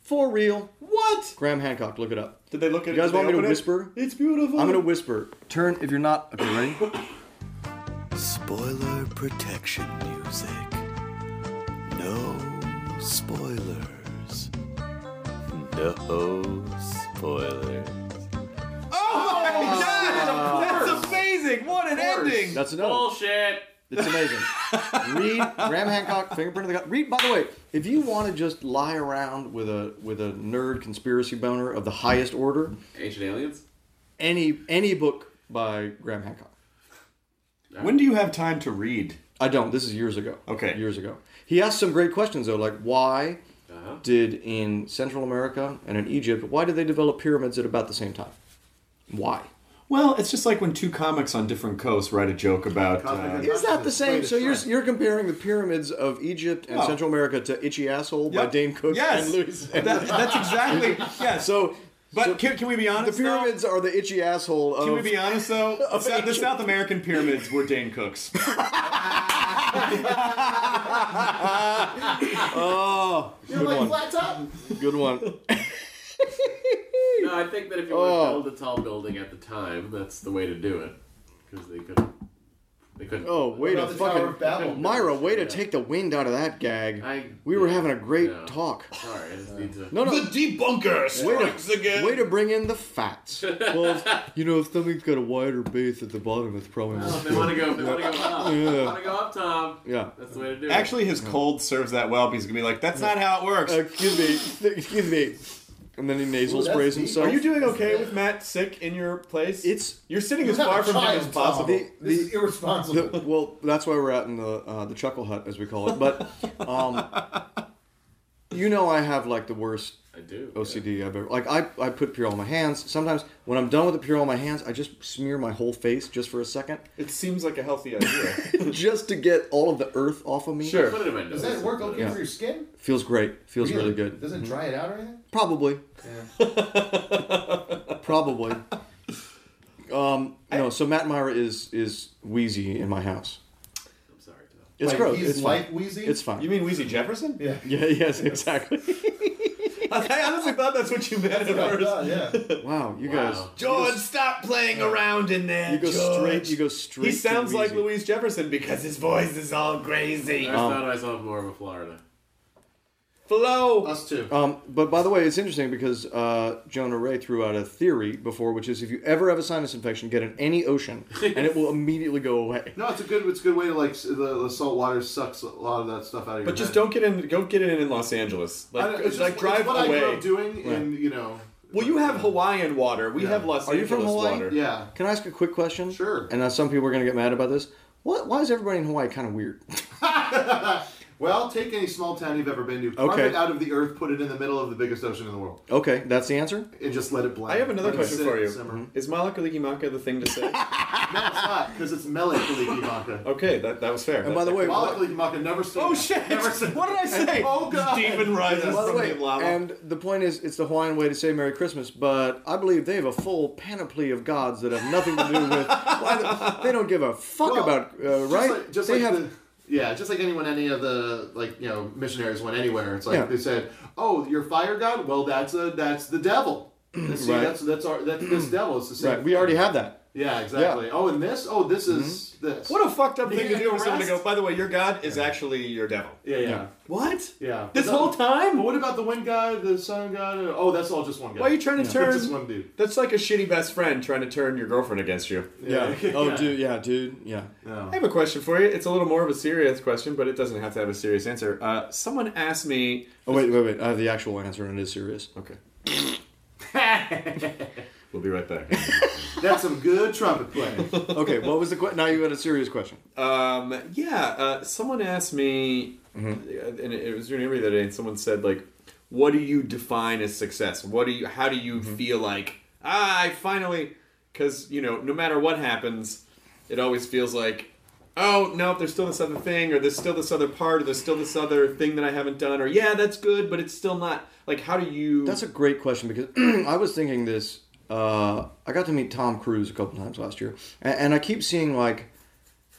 H: For real.
E: What?
H: Graham Hancock, look it up.
E: Did they look at
H: You
E: did
H: guys
E: they
H: want me to
E: open it?
H: whisper?
E: It's beautiful.
H: I'm going to whisper. Turn if you're not. Okay, ready?
N: Spoiler protection music. No spoilers. No spoilers.
E: Oh my god! That's amazing! What an ending!
H: That's another.
D: Bullshit.
H: It's amazing. read Graham Hancock, Fingerprint of the God. Read. By the way, if you want to just lie around with a with a nerd conspiracy boner of the highest order,
D: Ancient Aliens?
H: any any book by Graham Hancock.
E: When do you have time to read?
H: I don't. This is years ago.
E: Okay.
H: Years ago. He asked some great questions though, like why
D: Uh-huh.
H: did in Central America and in Egypt why did they develop pyramids at about the same time? Why?
E: Well, it's just like when two comics on different coasts write a joke about. uh,
H: Is that the same? So you're you're comparing the pyramids of Egypt and
E: No.
H: Central America to Itchy Asshole by
E: Oh. Yep.
H: Dane Cook
E: Yes.
H: and Louis.
E: That- that's exactly- yeah.
H: So,
E: but can, can we be honest?
H: The pyramids are the Itchy Asshole. Of,
E: Can we be honest though?
H: of
E: Sou- the
H: Egypt.
E: South American pyramids were Dane Cook's.
H: oh, good one.
F: top.
H: Good one.
D: No, I think that if you
H: Oh.
D: want to build a tall building at the time, that's the way to do it. Because they couldn't. They couldn't.
H: Oh, way to
D: About the Tower of Babel.
H: fucking Myra, way to take the wind out of that gag. we were having a great talk.
D: Sorry, I just need to.
H: No, no.
E: debunker
H: way to, Way to bring in the facts. Well, if- you know, if something's got a wider base at the bottom, it's probably.
D: Well,
H: not
D: if they want to go, if they want to go up.
H: Yeah.
D: Want to go up, Tom?
H: Yeah.
D: That's the way to do it.
E: Actually, his cold serves that well. because He's gonna be like, "That's not how it works."
H: excuse me. Excuse me. And then he nasal
E: Ooh, that's
H: sprays
E: deep.
H: himself.
E: Are you doing okay with Matt sick in your place? It's you're sitting as
H: You're
E: far
H: not
E: from him
H: trying,
E: as possible.
H: Tom. The-
F: This is irresponsible.
H: The- well, that's why we're out in the uh, the chuckle hut, as we call it. But um, you know, I have like the worst I
D: do,
H: OCD I've ever. Like I, I put Purell on my hands. Sometimes when I'm done with the Purell on my hands, I just smear my whole face just for a second,
E: It seems like a healthy idea.
H: just to get all of the earth off of me.
E: Sure. Put it in my
F: Does that work okay
H: Yeah.
F: for your skin?
H: Feels great. Feels really, good. Mm-hmm.
F: Doesn't it dry it out or anything?
H: Probably. Probably. Um, no, so Matt Myra is is wheezy in my house. I'm sorry. It's
F: Like,
H: gross.
F: he's
H: it's fine.
F: like wheezy?
H: It's fine.
E: You mean Wheezy Jefferson?
F: Yeah.
H: Yeah. Yes. Exactly.
E: I honestly thought that's what you meant at first.
H: Wow. You guys. um,
E: George, stop playing around in there.
H: You go
E: George.
H: straight. You go straight.
E: He
H: to
E: sounds like
H: Wheezy.
E: Louise Jefferson because his voice is all crazy.
D: I
H: Um,
D: thought I saw more of a Florida.
E: Flow.
F: Us too.
H: Um, but by the way, it's interesting because uh, Jonah Ray threw out a theory before, which is if you ever have a sinus infection, get in any ocean and it will immediately go away.
F: No, it's a good. It's a good way to like s- the, the salt water sucks a lot of that stuff out of your.
E: But
F: head.
E: just don't get in. Don't get in in Los Angeles.
F: I
E: Like,
F: don't- it's
E: like
F: just-
E: drive
F: it's what
E: away.
F: I grew up doing, and you know.
E: well, you have Hawaiian water. We have Los
H: Are you
E: Angeles
H: from Hawaii?
E: water.
F: Yeah.
H: Can I ask a quick question?
F: Sure.
H: And now some people are going to get mad about this. What, why is everybody in Hawaii kind of weird?
F: Well, take any small town you've ever been to, carve
H: Okay.
F: it out of the earth, put it in the middle of the biggest ocean in the world,
H: Okay, that's the answer?
F: and just let it blend.
E: I have another
F: Let it
E: question
F: sit
E: for
F: and
E: you. Mm-hmm.
F: simmer.
E: Is Malakalikimaka the thing to say?
F: No, it's not, because it's Melikalikimaka.
E: okay, that, that was fair.
H: And by the way,
F: Malakalikimaka never said
E: oh
F: that.
E: shit!
F: Never said
E: What did I
F: that.
E: say?
F: Oh, God.
E: Demon rises
H: By the
E: from
H: way,
E: the lava.
H: and the point is, it's the Hawaiian way to say Merry Christmas, but I believe they have a full panoply of gods that have nothing to do with. why they- they don't give a fuck
F: Well,
H: about, uh, right?
F: Just like, just
H: they
F: like
H: have.
F: the- yeah, just like anyone, any of the like you know missionaries went anywhere. It's like
H: Yeah.
F: they said, "Oh, your fire god? Well, that's a that's the devil. See,
H: Right.
F: that's that's our that's this devil. It's the same.
H: right, we already have that.
F: Yeah, exactly. Oh, and this? Oh, this is this.
E: Mm-hmm. what a fucked up
F: You
E: thing to
F: get
E: do for someone to
F: harassed?
E: go. By the way, your god is actually your devil.
F: Yeah, yeah, yeah.
E: What?
F: Yeah.
E: This
F: But-
E: whole time?
F: But what about the wind god, the sun god? Oh, that's all just one guy.
E: Why are you trying to
F: Yeah.
E: turn?
F: Just one dude.
E: That's like a shitty best friend trying to turn your girlfriend against you.
H: Yeah. Oh, dude. Yeah, dude. Yeah.
E: I have a question for you. It's a little more of a serious question, but it doesn't have to have a serious answer. Uh, someone asked me.
H: Oh wait, wait, wait. I have the actual answer, and it is serious.
E: Okay. We'll be right back.
F: That's some good trumpet playing.
H: okay. What was the question? Now you had a serious question.
E: Um, yeah, uh, someone asked me, uh, and it was during the interview the other day, and someone said like, "What do you define as success? What do you? How do you feel like? Ah, I finally, because you know, no matter what happens, it always feels like." Oh no! There's still this other thing, or there's still this other part, or there's still this other thing that I haven't done, or yeah, that's good, but it's still not like. How do you?
H: That's a great question because I was thinking this. Uh, I got to meet Tom Cruise a couple times last year, and, and I keep seeing like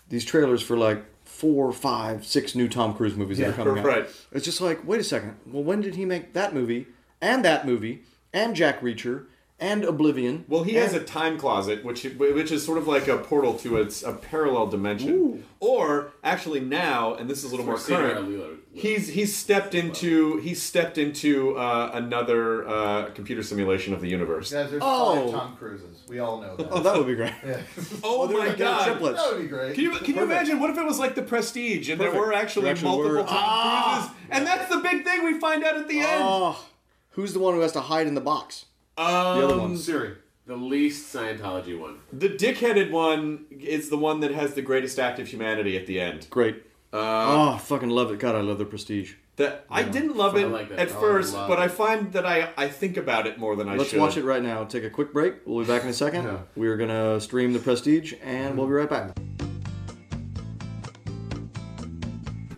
H: these trailers for like four, five, six new Tom Cruise movies that are coming
E: right.
H: out. It's just like, wait a second. Well, when did he make that movie and that movie and Jack Reacher and Oblivion?
E: Well, he
H: and-
E: has a time closet, which which is sort of like a portal to a, a parallel dimension. Or actually now, and this is a little more
D: Sierra
E: current.
D: Leone.
E: He's he's stepped into he's stepped into uh, another uh, computer simulation of the universe.
F: Guys, there's
H: Oh.
F: five Tom Cruises. We all know that.
H: Oh, that would be great.
E: Oh
H: They're
E: my
H: like little
E: god!
H: triplets.
F: That would be great.
E: Can you can you imagine what if it was like the Prestige and there
H: Perfect.
E: were actually
H: There actually
E: multiple
H: were- Ah!
E: Tom Cruises, and that's the big thing we find out at the end.
H: Oh, who's the one who has to hide in the box?
E: Um,
H: The other one.
F: Siri.
D: The least Scientology one.
E: the dickheaded one is the one that has the greatest act of humanity at the end.
H: Great.
E: Uh,
H: oh, fucking love it. God, I love the Prestige.
E: That I didn't love it
D: like that. Oh,
E: at
D: I
E: first,
D: love
E: but
D: it.
E: I find that I, I think about it more than I
H: Let's
E: should.
H: watch it right now. Take a quick break. We'll be back in a second.
F: Yeah.
H: We're going to stream the Prestige, and we'll be right back.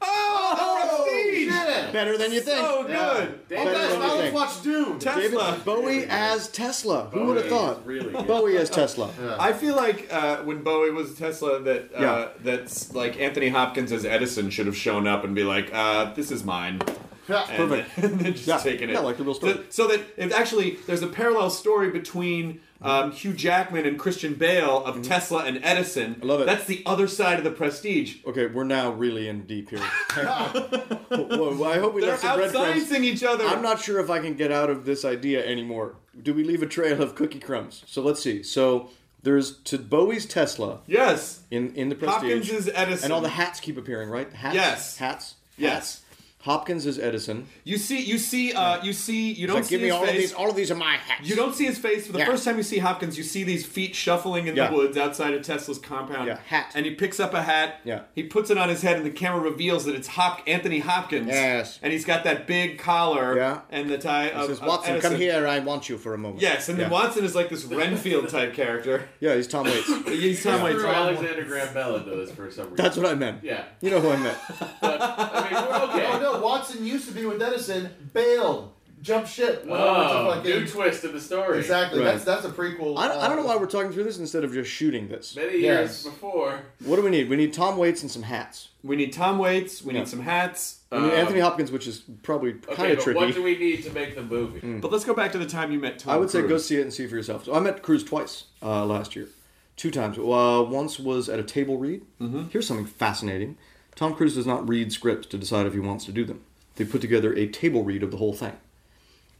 E: Oh, the Prestige!
F: Yeah.
H: Better than you think.
E: So good. Oh,
D: Damn.
F: Well, guys,
H: Better than you
F: now let's
H: think.
F: watch Dune.
E: Tesla.
H: David Bowie as Tesla. Who would have
D: is
H: thought?
D: really good.
H: Bowie as Tesla.
E: I feel like uh, when Bowie was Tesla, that uh,
H: Yeah.
E: that's like Anthony Hopkins as Edison should have shown up and be like, uh, "This is mine." And
H: Perfect.
E: then- then just
H: Yeah.
E: taking it.
H: Yeah, like the real story.
E: Th- So, that it's actually there's a parallel story between um, Hugh Jackman and Christian Bale of Tesla and Edison. I
H: Mm-hmm. love it.
E: That's the other side of the Prestige.
H: Okay, we're now really in deep here. Whoa, I hope we
E: They're
H: left some breadcrumbs.
E: outsizing each other.
H: I'm not sure if I can get out of this idea anymore. Do we leave a trail of cookie crumbs? So let's see. So there's to Bowie's Tesla
E: Yes.
H: in in the Prestige.
E: Hopkins is Edison.
H: And all the hats keep appearing, right? The Hats.
E: Yes.
H: Hats.
E: Yes.
H: Hats. Hopkins is Edison.
E: You see, you see, uh, you see. You don't
H: Like,
E: see
H: give me
E: his
H: all
E: face.
H: of these. All of these are my hats.
E: you don't see his face for the
H: Yeah.
E: first time. You see Hopkins. You see these feet shuffling in
H: Yeah.
E: the woods outside of Tesla's compound.
H: Yeah, hat.
E: And he picks up a hat.
H: Yeah.
E: He puts it on his head, and the camera reveals that it's Hop Anthony Hopkins.
H: Yes.
E: And he's got that big collar.
H: Yeah.
E: And the tie.
H: He
E: Of,
H: says,
E: of
H: Watson,
E: Uh, Edison.
H: come here. I want you for a moment.
E: Yes, and
H: yeah.
E: then Watson is like this Renfield type character.
H: Yeah, he's Tom Waits.
E: He's Tom Waits.
D: Through Alexander Graham Bell into this for some reason.
H: That's what I meant.
D: Yeah.
H: You know who I meant.
D: I mean, we're okay.
F: Oh no, Watson used to be with Edison. Bailed. Jump ship. Went
D: Oh,
F: over to
D: new
F: fucking-
D: twist of the story.
F: Exactly.
H: Right.
F: That's that's a prequel.
H: I don't, I don't know
F: uh,
H: why we're talking through this instead of just shooting this.
D: Many years
F: Yes.
D: before,
H: What do we need? We need Tom Waits and some hats.
E: We need Tom Waits. We
H: Yeah.
E: need some hats.
H: We need
E: um,
H: Anthony Hopkins, which is probably kind
D: okay,
H: of
D: but
H: tricky.
D: what do we need to make the movie?
E: But let's go back to the time you met Tom.
H: Mm. I would say go
E: Cruise.
H: see it and see for yourself. So I met Cruz twice uh, last year, two times. Uh, once was at a table read. Here's something fascinating: Tom Cruise does not read scripts to decide if he wants to do them. they put together a table read of the whole thing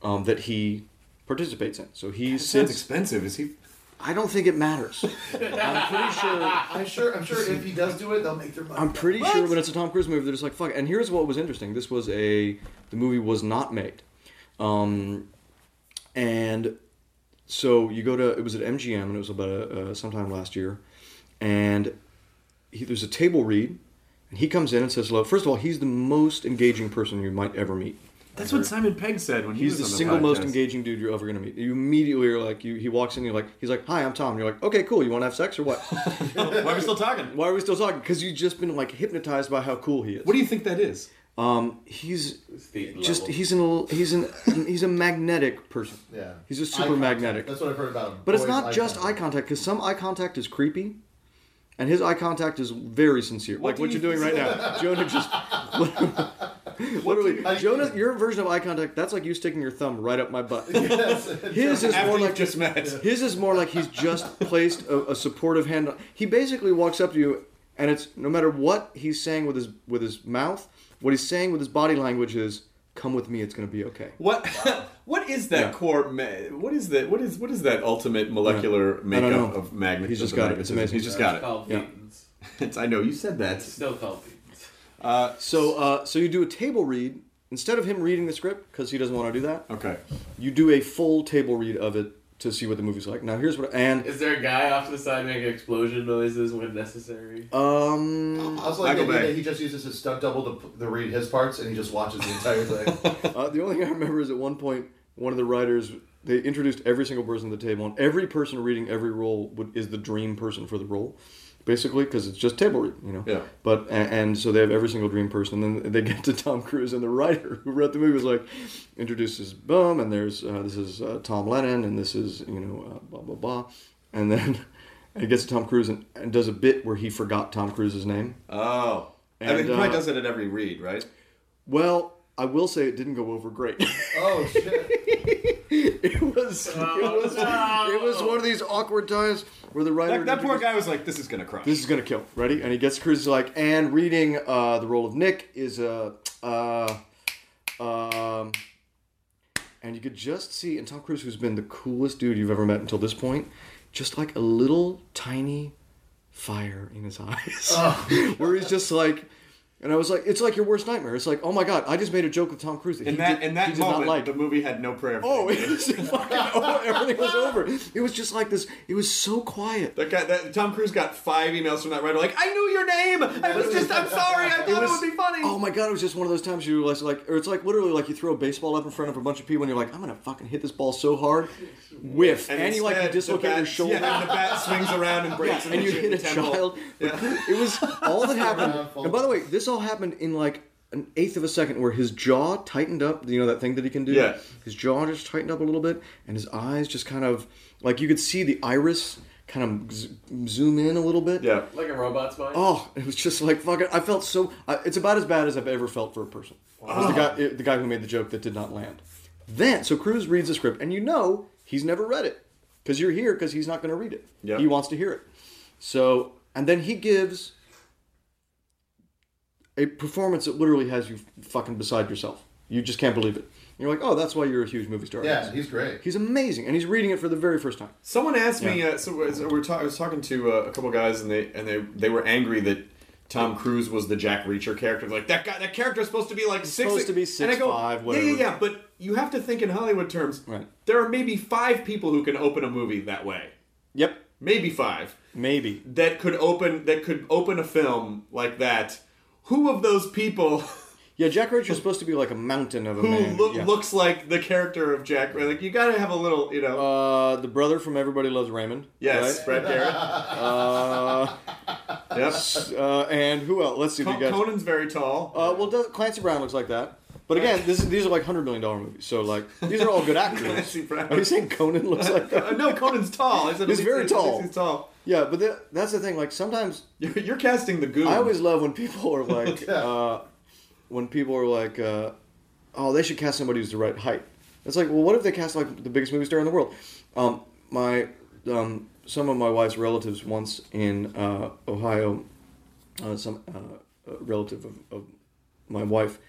H: um, that he participates in. So he sits.
E: expensive. Is he?
H: I don't think it matters.
F: I'm pretty sure. I'm sure. I'm sure if he does do it, they'll make their money.
H: I'm pretty
F: What?
H: sure when it's a Tom Cruise movie, they're just like fuck. it. And here's what was interesting: this was a the movie was not made, um, and so you go to it was at MGM and it was about uh, sometime last year, and he, there's a table read, and he comes in and says, "Look, first of all, he's the most engaging person you might ever meet."
E: That's what Simon Pegg said when he was
H: he's the
E: on the
H: single most
E: podcast.
H: engaging dude you're ever gonna meet. You immediately are like, you, he walks in, you're like, he's like, "Hi, I'm Tom." And you're like, "Okay, cool. You want to have sex or what?"
E: Why are we still talking?
H: Why are we still talking? Because you've just been like hypnotized by how cool he is.
E: What do you think that is?
H: Um, he's
D: the
H: just
D: level.
H: he's an he's an he's a magnetic person.
F: Yeah.
H: he's just
F: Eye
H: super
F: contact.
H: magnetic.
F: That's what I've heard about him.
H: But it's
F: Always
H: not
F: eye
H: just eye contact because some eye contact is creepy, and his eye contact is very sincere. like
F: do
H: what
F: you-
H: you're doing right now, Jonah just literally Jonah. Your version of eye contact that's like you sticking your thumb right up my butt. His is more like
E: just met.
H: His is more like he's just placed a, a supportive hand. On, he basically walks up to you, and it's no matter what he's saying with his with his mouth, what he's saying with his body language is, "Come with me, it's going to be okay."
E: What what is that core? Ma- what is that? What is what is that ultimate molecular
H: Yeah. I don't
E: makeup
H: know.
E: of magnet?
H: He's
E: of
H: just
E: the
H: got it. It's
E: magnetism?
H: amazing.
E: He's just got it.
D: Called
E: Yeah.
D: Thetans.
E: It's, I know you said that.
D: Still called Thetans.
H: Uh, so uh, so you do a table read instead of him reading the script because he doesn't want to do that.
E: Okay.
H: You do a full table read of it to see what the movie's like. Now here's what and
D: Is there a guy off to the side making explosion noises when necessary?
H: um.
F: I was like, the idea that he just uses his stunt double to, p- to read his parts, and he just watches the entire thing.
H: Uh, the only thing I remember is at one point, one of the writers they introduced every single person at the table, and every person reading every role would, is the dream person for the role, basically, because it's just table read, you know.
E: Yeah.
H: But and, and so they have every single dream person. Then they get to Tom Cruise, and the writer who wrote the movie was like, introduces Bum, and there's uh, this is uh, Tom Lennon, and this is you know uh, blah blah blah, and then. And he gets to Tom Cruise and, and does a bit where he forgot Tom Cruise's name.
E: Oh, I mean,
H: And,
E: he probably
H: uh,
E: does it at every read, right?
H: Well, I will say it didn't go over great.
F: oh shit!
H: it was
E: Oh,
H: it was it was one of these awkward times where the writer
E: That, that poor guy was like, "This is gonna crush."
H: this is gonna kill ready and he gets Cruz like and reading uh, the role of Nick is a uh, um and you could just see and Tom Cruise who's been the coolest dude you've ever met until this point just like a little tiny fire in his eyes
E: Oh.
H: where he's just like and I was like it's like your worst nightmare it's like oh my god I just made a joke with Tom Cruise that
E: in
H: he
E: that
H: did,
E: in
H: he
E: that
H: did not
E: moment,
H: like
E: the movie had no prayer. for
H: Oh,
E: him.
H: it was fucking over. Everything was over. It was just like this. It was so quiet.
E: That guy, that, Tom Cruise got five emails from that writer, like, "I knew your name. I was just. I'm sorry. I thought it, would be funny."
H: Oh my god, it was just one of those times you realize, like, or it's like literally like you throw a baseball up in front of a bunch of people and you're like, I'm gonna fucking hit this ball so hard, whiff, and, you like you
E: instead, the
H: dislocate
E: bat-
H: your shoulder.
E: Yeah, and the bat swings around and breaks,
H: Yeah, and you hit
E: the
H: a
E: temple.
H: child. It was all that happened. and by the way, this all happened in like an eighth of a second, where his jaw tightened up. You know that thing that he can do.
E: Yeah.
H: His jaw just tightened up a little bit, and his eyes just kind of like you could see the iris kind of z- zoom in a little bit.
E: Yeah.
D: Like a robot's mind?
H: Oh, it was just like fucking. I felt so. I, it's about as bad as I've ever felt for a person. It was the
F: Ah.
H: guy, it- the guy who made the joke that did not land. Then, so Cruz reads the script, and you know he's never read it because you're here because he's not going to read it.
E: Yeah.
H: He wants to hear it. So, and then he gives a performance that literally has you fucking beside yourself. You just can't believe it. You're like, oh, that's why you're a huge movie star.
F: Yeah, he's great.
H: He's amazing, and he's reading it for the very first time.
E: Someone asked me. Uh, so we- so we're ta- I was talking to uh, a couple guys, and they and they they were angry that Tom Cruise was the Jack Reacher character. Like that guy, that character is supposed to be like six.
H: supposed to be
E: and I go,
H: 6'5",,
E: Yeah,
H: whatever.
E: yeah, yeah. But you have to think in Hollywood terms.
H: Right.
E: There are maybe five people who can open a movie that way.
H: Yep.
E: Maybe five
H: Maybe.
E: that could open that could open a film like that. Who of those people
H: Yeah, Jack Reacher's supposed to be like a mountain of a
E: who
H: man.
E: loo-
H: yeah.
E: looks like the character of Jack? Like you got to have a little, you know.
H: Uh, the brother from Everybody Loves Raymond.
E: yes,
H: Right?
E: Brad Garrett.
H: Uh,
E: yes.
H: uh, and who else? Let's see. if you guys.
E: Conan's very tall.
H: Uh, well, does- Clancy Brown looks like that. But again, this is, these are like hundred million dollar movies, so like these are all good actors.
E: Clancy Brown.
H: Are you saying Conan looks like
E: Uh,
H: that?
E: no, Conan's tall. said at
H: He's
E: least
H: very
E: at
H: tall.
E: least He's tall.
H: Yeah, but the, that's the thing. Like sometimes
E: You're, you're casting the goon.
H: I always love when people are like, uh, when people are like, uh, oh, they should cast somebody who's the right height. It's like, well, what if they cast like the biggest movie star in the world? Um, my um, some of my wife's relatives once in uh, Ohio, uh, some uh, uh, relative of, of my wife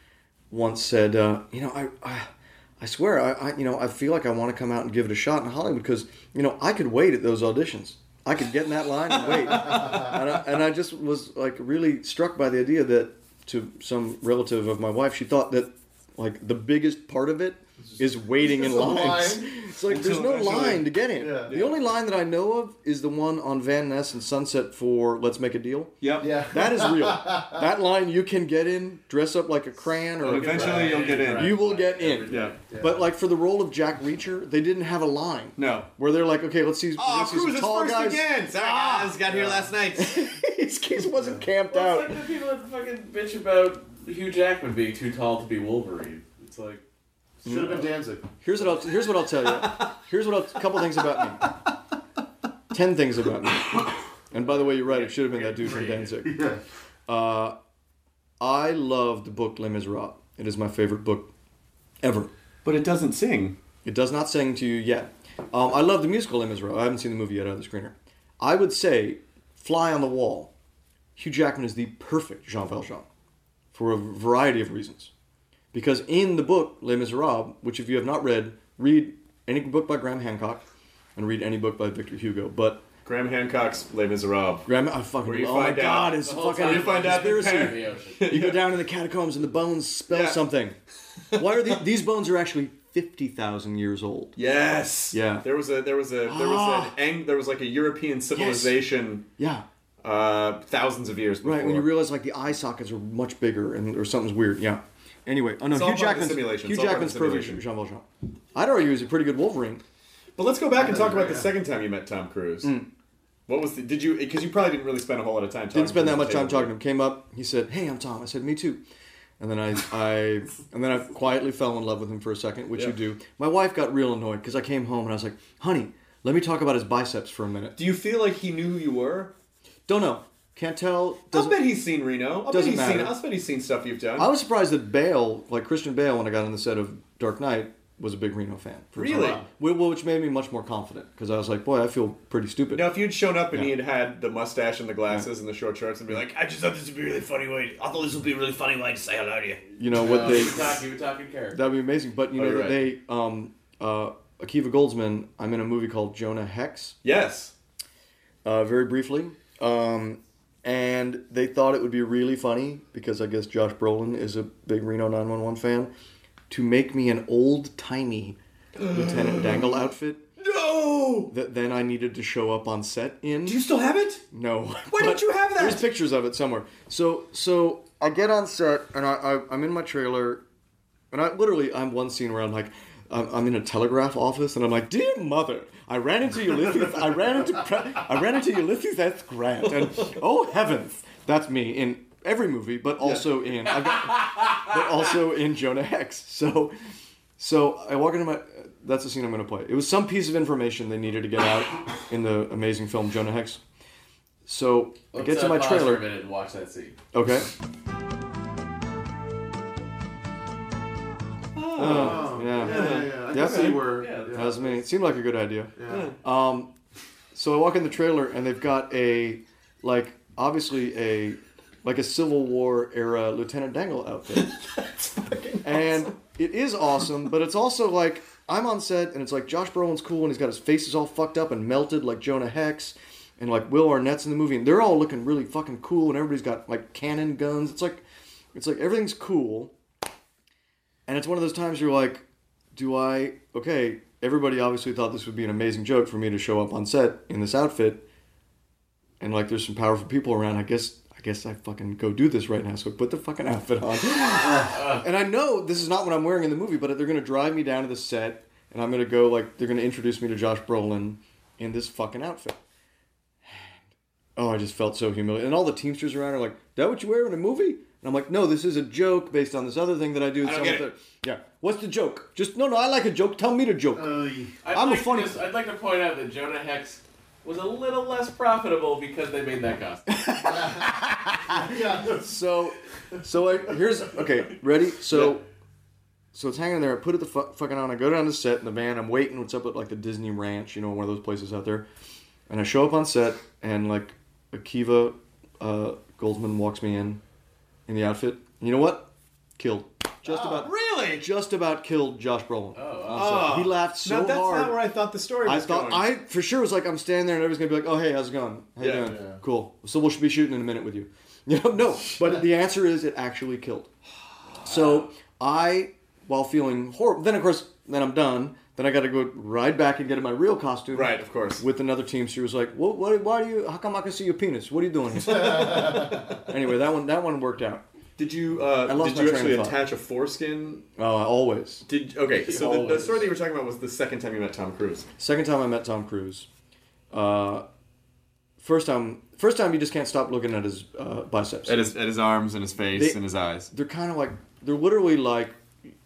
H: once said, uh, you know, I, I, I swear, I, I, you know, I feel like I want to come out and give it a shot in Hollywood because, you know, I could wait at those auditions. I could get in that line and wait. and, I, and I just was like really struck by the idea that to some relative of my wife, she thought that like the biggest part of it is waiting in
F: It's a
H: lines.
F: line.
H: It's like there's
F: Until
H: no
F: eventually-
H: line to get in.
F: Yeah.
H: The only line that I know of is the one on Van Ness and Sunset for "Let's Make a Deal."
E: Yep.
F: Yeah.
H: That is real. that line you can get in, dress up like a crayon, or
E: And eventually you'll get in.
H: You will get in.
E: Yeah.
H: But like for the role of Jack Reacher, they didn't have a line.
E: No.
H: Where they're like, okay, let's see,
M: Oh,
H: let's see
M: Cruz
H: some
M: is
H: tall
M: first
H: guys. Ah.
M: again. Sorry, guys, got here last night.
H: His case wasn't camped
D: Well,
H: out.
D: it's like the people that fucking bitch about Hugh Jackman being too tall to be Wolverine. It's like
F: Should have been Danzig.
H: Here's what I'll, here's what I'll tell you. Here's what I'll, a couple things about me. Ten things about me. And by the way, you're right. It should have been that dude from Danzig. Uh, I love the book Les Miserables. It is my favorite book ever.
E: But it doesn't sing.
H: It does not sing to you yet. Um, I love the musical Les Miserables. I haven't seen the movie yet out of the screener. I would say, fly on the wall. Hugh Jackman is the perfect Jean Valjean for a variety of reasons. Because in the book Les Miserables, which if you have not read, read any book by Graham Hancock and read any book by Victor Hugo. But
E: Graham Hancock's Les Miserables.
H: Graham, I fucking
E: Where you
H: oh my
E: find out-
H: god, it's
E: the whole
H: fucking
E: time you find out they're
H: conspiracy.
E: in the
H: you go down in the catacombs and the bones spell something. Why are the, these bones are actually fifty thousand years old?
E: Yes.
H: Yeah.
E: There was a there was a there was
H: Ah.
E: an ang- there was like a European civilization.
H: Yeah.
E: Uh, thousands of years. Before.
H: Right, when you realize like the eye sockets are much bigger and or something's weird. Yeah. Anyway, oh no,
E: It's all part
H: Hugh
E: of the
H: Jackman's
E: simulation.
H: Hugh
E: It's all part of
H: Jackman's
E: the
H: perfect
E: simulation.
H: Jean Valjean. I'd argue he's a pretty good Wolverine.
E: But let's go back and talk about the second time you met Tom Cruise. What was the, did you because you probably didn't really spend a whole lot of time. talking
H: Mm. Didn't spend
E: to
H: that
E: him at
H: much
E: the
H: time
E: table.
H: talking to him. Came up, he said, "Hey, I'm Tom." I said, "Me too." And then I, I and then I quietly fell in love with him for a second, which
E: Yeah.
H: you do. My wife got real annoyed because I came home and I was like, "Honey, let me talk about his biceps for a minute."
E: Do you feel like he knew who you were?
H: Don't know. Can't tell.
E: I'll bet he's seen Reno. I'll bet
H: doesn't
E: he's
H: matter.
E: seen. I'll bet he's seen stuff you've done.
H: I was surprised that Bale, like Christian Bale, when I got on the set of Dark Knight, was a big Reno fan. for
E: Really?
H: example. Wh- wh- Which made me much more confident because I was like, boy, I feel pretty stupid.
E: Now, if you'd shown up and he had had the mustache and the glasses and the short shorts and be like, I just thought this would be a really funny way. I thought this would be a really funny way to say hello to you.
H: You know what they?
D: you were talking, you were talking character.
H: That'd be amazing. But you
E: Oh,
H: know
E: you're
H: that they, um, uh, Akiva Goldsman. I'm in a movie called Jonah Hex.
E: Yes.
H: Uh, very briefly, um, and they thought it would be really funny because I guess Josh Brolin is a big Reno 911 fan to make me an old timey Lieutenant Dangle outfit.
E: No.
H: that then I needed to show up on set in. Do you
E: still have it?
H: No.
E: Why don't you have that?
H: There's pictures of it somewhere. So so I get on set and I, I I'm in my trailer, and I literally I'm one scene where I'm like. I'm I'm in a telegraph office, and I'm like, "Dear mother, I ran into Ulysses. I ran into Pre- I ran into Ulysses S. Grant, and oh heavens, that's me in every movie, but also in I've got, but also in Jonah Hex. So so I walk into my. That's the scene I'm going to play. It was some piece of information they needed to get out in the amazing film Jonah Hex. So I
D: Let's,
H: get to
D: uh,
H: my
D: pause For a
H: trailer.
D: minute and watch that scene.
H: Okay.
D: Oh.
H: yeah.
D: Yeah, yeah, yeah. I
H: Yeah,
D: can see
H: see?
D: where- Yeah.
H: That was me. It seemed like a good idea.
D: Yeah.
H: Um, so I walk in the trailer and they've got a, like, obviously a, like a Civil War era Lieutenant Dangle outfit. and it is awesome, but it's also like I'm on set and it's like Josh Brolin's cool and he's got his faces all fucked up and melted like Jonah Hex and like Will Arnett's in the movie and they're all looking really fucking cool and everybody's got like cannon guns. It's like it's like everything's cool. And it's one of those times you're like, do I okay, everybody obviously thought this would be an amazing joke for me to show up on set in this outfit and like there's some powerful people around. I guess I guess I fucking go do this right now. So put the fucking outfit on. and I know this is not what I'm wearing in the movie, but they're gonna drive me down to the set and I'm gonna go like they're gonna introduce me to Josh Brolin in this fucking outfit. Oh, I just felt so humiliated. And all the Teamsters around are like, "That what you wear in a movie?" And I'm like, "No, this is a joke based on this other thing that I do."
E: I don't
H: So I'm
E: get
H: like,
E: it.
H: Yeah, what's the joke? Just no, no. I like a joke. Tell me the joke.
D: I'd
H: I'm a
D: like to
H: funny.
D: just- I'd like to point out that Jonah Hex was a little less profitable because they made that costume.
H: so, so I here's okay. Ready? So, so it's hanging there. I put it the fu- fucking on. I go down to set in the van. I'm waiting. What's up at like the Disney Ranch? You know, one of those places out there. And I show up on set, and like Akiva uh, Goldsman walks me in in the outfit. You know what? Killed. Just
E: Oh,
H: about
E: really?
H: Just about killed Josh Brolin.
E: Oh.
H: he laughed so
E: Now, that's
H: hard.
E: not where I thought the story
H: I
E: was
H: thought
E: going.
H: I for sure was like I'm standing there and everyone's gonna be like, oh hey, how's it going? How you
E: Yeah.
H: doing?
E: Yeah.
H: Cool. So we'll be shooting in a minute with you. You know, no. But the answer is it actually killed. So I, while feeling horrible, then of course, then I'm done. Then I got to go ride back and get in my real costume. Right, of course. With another team, she was like, "What? what why do you? How come I can see your penis? What are you doing here?" anyway, that one that one worked out.
E: Did you? Uh,
H: I lost
E: did
H: my
E: you
H: train
E: actually
H: of thought.
E: attach a foreskin?
H: Oh, I always.
E: Did okay. So the, the
H: Always.
E: story that you were talking about was the second time you met Tom Cruise.
H: Second time I met Tom Cruise. Uh, first time, first time you just can't stop looking at his uh, biceps.
E: At his at his arms and his face and his eyes.
H: They're kind of like they're literally like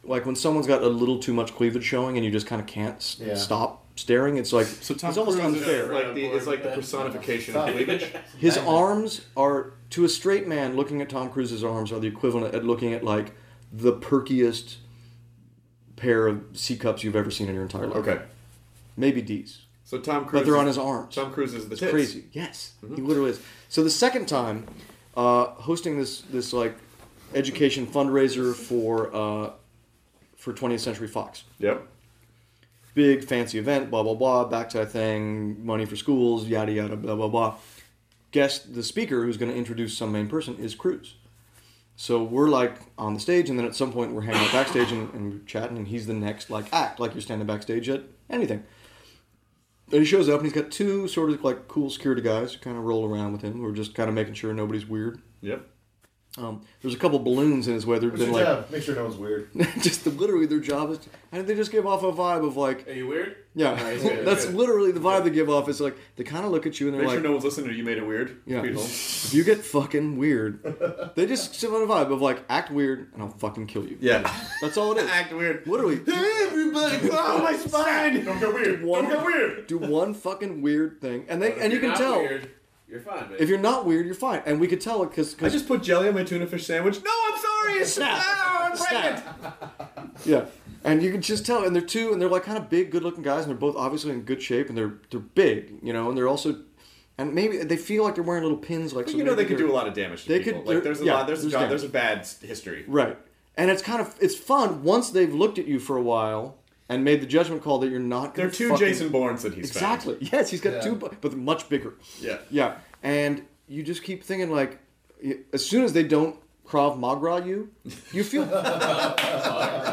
H: like when someone's got a little too much cleavage showing and you just kind of can't s-
E: Yeah.
H: stop staring. It's like it's almost unfair.
E: Like the, it's like the personification
H: Stop.
E: of cleavage.
H: His arms are to a straight man looking at Tom Cruise's arms are the equivalent at looking at like the perkiest pair of C cups you've ever seen in your entire life.
E: Okay.
H: Maybe D's.
E: So Tom Cruise.
H: But they're on
E: is-
H: his arms.
E: Tom Cruise is the
H: It's
E: tits.
H: crazy. Yes, he literally is. So the second time, uh, hosting this this like education fundraiser for uh, for 20th Century Fox.
E: Yep.
H: Big fancy event, blah blah blah, back to thing, money for schools, yada yada, blah blah blah. Guest, the speaker who's going to introduce some main person is Cruz. So we're like on the stage, and then at some point we're hanging out backstage and, and we're chatting, and he's the next like act, like you're standing backstage at anything. And he shows up and he's got two sort of like cool security guys who kind of roll around with him. who are just kind of making sure nobody's weird.
E: Yep.
H: Um, there's a couple balloons in his way. They've
F: What's
H: been
F: your
H: like
F: job? Make sure no one's weird.
H: just the, literally their job is. And they just give off a vibe of like,
E: Are you weird?
H: yeah,
E: Alright, good,
H: that's
E: good.
H: literally the vibe they give off. Is like they kind of look at you and
E: Make sure
H: they're like,
E: no one's listening to you. Made it weird.
H: yeah,
E: Beetle.
H: if you get fucking weird, they just sit on a vibe of like, act weird and I'll fucking kill you.
E: Yeah.
H: that's all it is. Act
E: weird.
H: Literally,
E: Hey, everybody,
H: Oh, my
E: spine! Don't get weird.
H: One-
E: Don't get weird.
H: Do one fucking weird thing, and they
D: But if
H: and you
D: you're
H: can
D: not
H: tell
D: Weird, you're fine, man.
H: if you're not weird, you're fine. And we could tell it because
E: I just put jelly on my tuna fish sandwich. No, I'm sorry. It's
H: Snap.
E: Oh, I'm pregnant.
H: yeah, and you can just tell. And they're two, and they're like kind of big, good-looking guys, and they're both obviously in good shape, and they're they're big, you know, and they're also, and maybe they feel like they're wearing little pins, like
E: But
H: so
E: you know
H: maybe
E: they could
H: they're-
E: do a lot of damage. To
H: they
E: people.
H: could,
E: Like there's a
H: yeah,
E: lot. There's a
H: damage.
E: job, there's a bad s- history.
H: Right. And it's kind of it's fun once they've looked at you for a while and made the judgment call that you're not.
E: There
H: Gonna
E: are two
H: fucking-
E: Jason Bournes that he's found.
H: exactly. Yes, he's got
E: Yeah.
H: two, bu- but much bigger.
E: Yeah.
H: Yeah, and you just keep thinking like, y- as soon as they don't Krav Maga you, you feel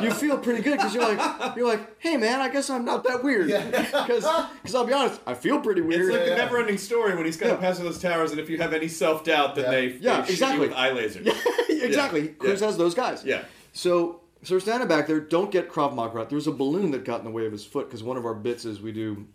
H: you feel pretty good because you're like you're like, hey man, I guess I'm not that weird because I'll be honest, I feel pretty weird.
E: It's like the never-ending story when he's got to pass through those towers, and if you have any self-doubt, then they, they
H: Yeah,
E: shoot you
H: exactly.
E: with eye lasers.
H: exactly. Cruz has those guys. Yeah. So so we're standing back there. Don't get Krav Maga. There was a balloon that got in the way of his foot because one of our bits is we do,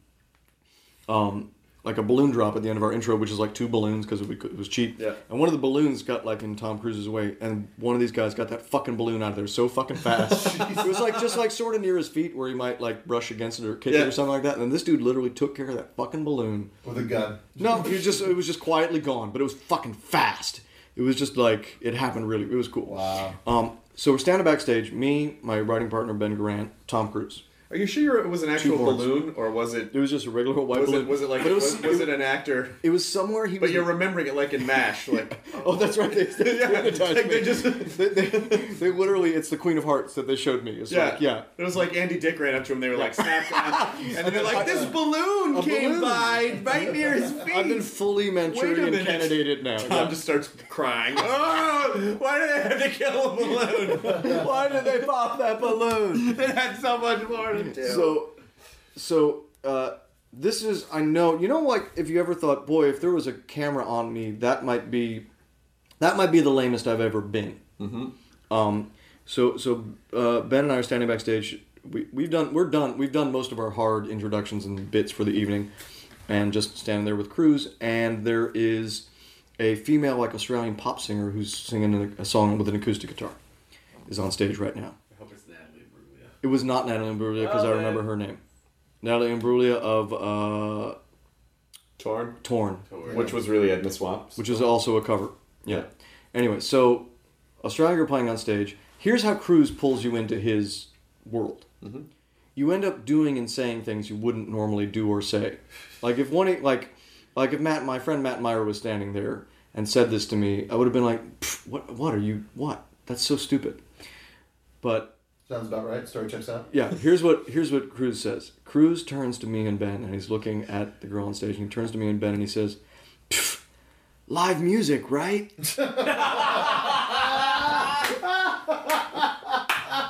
H: um, like a balloon drop at the end of our intro, which is like two balloons because it was cheap.
E: Yeah.
H: And one of the balloons got like in Tom Cruise's way, and one of these guys got that fucking balloon out of there so fucking fast. it was like just like sort of near his feet where he might like brush against it or kick it
E: Yeah.
H: or something like that. And then this dude literally took care of that fucking balloon
F: with a gun.
H: No, he was just it was just quietly gone, but it was fucking fast. It was just like it happened really. It was cool. Wow. Um, so we're standing backstage. Me, my writing partner Ben Grant, Tom Cruise.
E: Are you sure it was an actual
H: Two horns.
E: balloon, or was it?
H: It was just a regular white
E: was
H: balloon.
E: It, was it like?
H: But it was-
E: was, was it an actor?
H: It was somewhere he.
E: But you're remembering it like in Mash, like
H: Oh, that's right. They, they
E: Yeah,
H: hypnotized
E: like they
H: me.
E: just-
H: they, they, they literally it's the Queen of Hearts that they showed me. It's
E: yeah,
H: like yeah.
E: It was like Andy Dick ran up to him. They were like, snap down, and then they're like, this balloon
H: A
E: came
H: balloon.
E: by right near his feet.
H: I've been fully Manchurian
E: minute.
H: candidated now.
E: Tom
H: Yeah.
E: just starts crying. oh, why did they have to kill a balloon?
H: why did they pop that balloon?
E: It had so much more to do.
H: So, so uh, this is I know you know like if you ever thought, boy, if there was a camera on me, that might be, that might be the lamest I've ever been.
E: Mhm.
H: Um, so so uh, Ben and I are standing backstage. We we've done we're done we've done most of our hard introductions and bits for the evening, and just standing there with Cruz. And there is a female like Australian pop singer who's singing a, a song with an acoustic guitar, is on stage right now.
D: I hope it's Natalie Imbruglia.
H: It was not Natalie Imbruglia because
D: Oh,
H: I
D: man.
H: remember her name. Natalie Imbruglia of uh,
E: Torn.
H: Torn,
E: Torn. Which was really Edna Swaps,
H: which is also a cover. Yeah. Anyway, so Australia are playing on stage. Here's how Cruz pulls you into his world.
F: Mm-hmm.
H: You end up doing and saying things you wouldn't normally do or say. Like if one like like if Matt, my friend Matt Meyer was standing there and said this to me, I would have been like, "Pfft, "What? What are you? What? That's so stupid." But
F: Sounds about right. Story checks out.
H: yeah, here's what here's what Cruz says. Cruz turns to me and Ben, and he's looking at the girl on stage, and he turns to me and Ben, and he says, "Pff, "Live music, right?"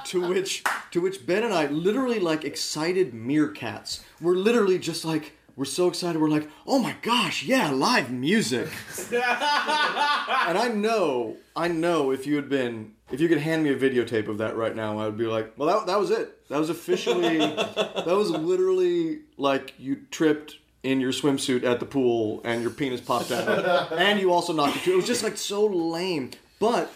H: to which to which Ben and I, literally like excited meerkats, we're literally just like we're so excited. We're like, "Oh my gosh, yeah, live music!" and I know, I know if you had been, if you could hand me a videotape of that right now, I would be like, well, that, that was it. That was officially, that was literally like you tripped in your swimsuit at the pool and your penis popped out. and you also knocked it too. It was just like so lame. But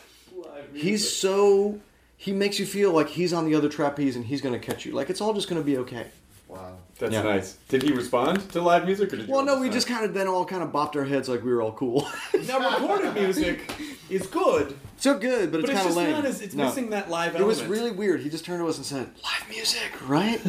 H: he's so, he makes you feel like he's on the other trapeze and he's going to catch you. Like it's all just going to be okay.
F: Wow.
E: That's
H: Yeah.
E: nice. Did he respond to live music or did you
H: Well, no, we just kind of then all kind of bopped our heads like we were all cool.
E: now recorded music is good,
H: so good, but,
E: but it's
H: it's kind of
E: just
H: lame.
E: not as it's
H: No.
E: missing that live
H: It was
E: element.
H: really weird. He just turned to us and said, "Live music, right?"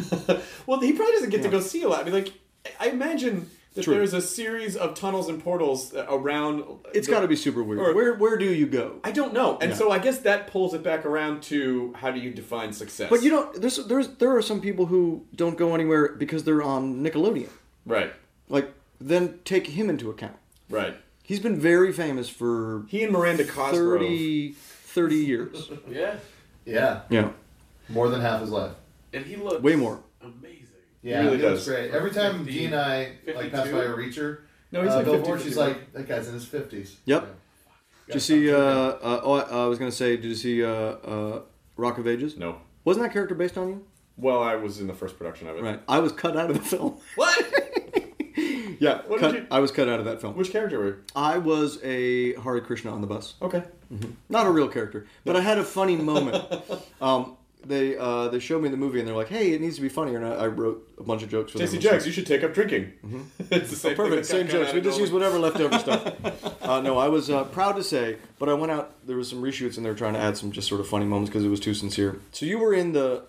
E: well, he probably doesn't get to go see a lot. I mean, like I- I imagine that
H: True.
E: there's a series of tunnels and portals uh, around.
H: It's
E: the-
H: got to be super weird.
E: or-
H: where where do you go?
E: I don't know, and
H: Yeah.
E: so I guess that pulls it back around to how do you define success?
H: But you don't. There's there's there are some people who don't go anywhere because they're on Nickelodeon.
E: right,
H: Like then take him into account.
E: right.
H: He's been very famous for
E: he and Miranda Cosgrove.
H: 30, 30 years.
D: Yeah.
F: Yeah.
H: yeah,
F: More than half his life.
D: And he looks
H: way more.
F: Yeah,
H: He really
F: it was
H: does.
F: great. Every time Dee and I like pass
H: 52?
F: by a reacher,
H: No, he's
F: uh,
H: like 50,
F: billboard, she's
H: 51.
F: like, that guy's in his fifties.
H: Yep. Did you see? Uh, uh, oh, I, I was gonna say, did you see uh, uh, Rock of Ages?
E: No.
H: Wasn't that character based on you?
E: Well, I was in the first production of it.
H: Right. I was cut out of the film. What? yeah.
E: What
H: cut-
E: did you-
H: I was cut out of that film.
E: Which character were you?
H: I was a Hare Krishna on the bus.
E: Okay.
H: Mhm. Not a real character, but I had a funny moment. um, they uh, they showed me the movie and they're like, "Hey, it needs to be funnier," and I, I wrote a bunch of jokes. for them.
E: J.C. Jags, you should take up drinking. it's the Mm-hmm. same. thing
H: Perfect,
E: that got cut
H: same
E: out
H: jokes.
E: of
H: We just
E: Nolan.
H: use whatever leftover stuff. Uh, no, I was uh, proud to say, but I went out. There was some reshoots, and they were trying to add some just sort of funny moments because it was too sincere. So you were in the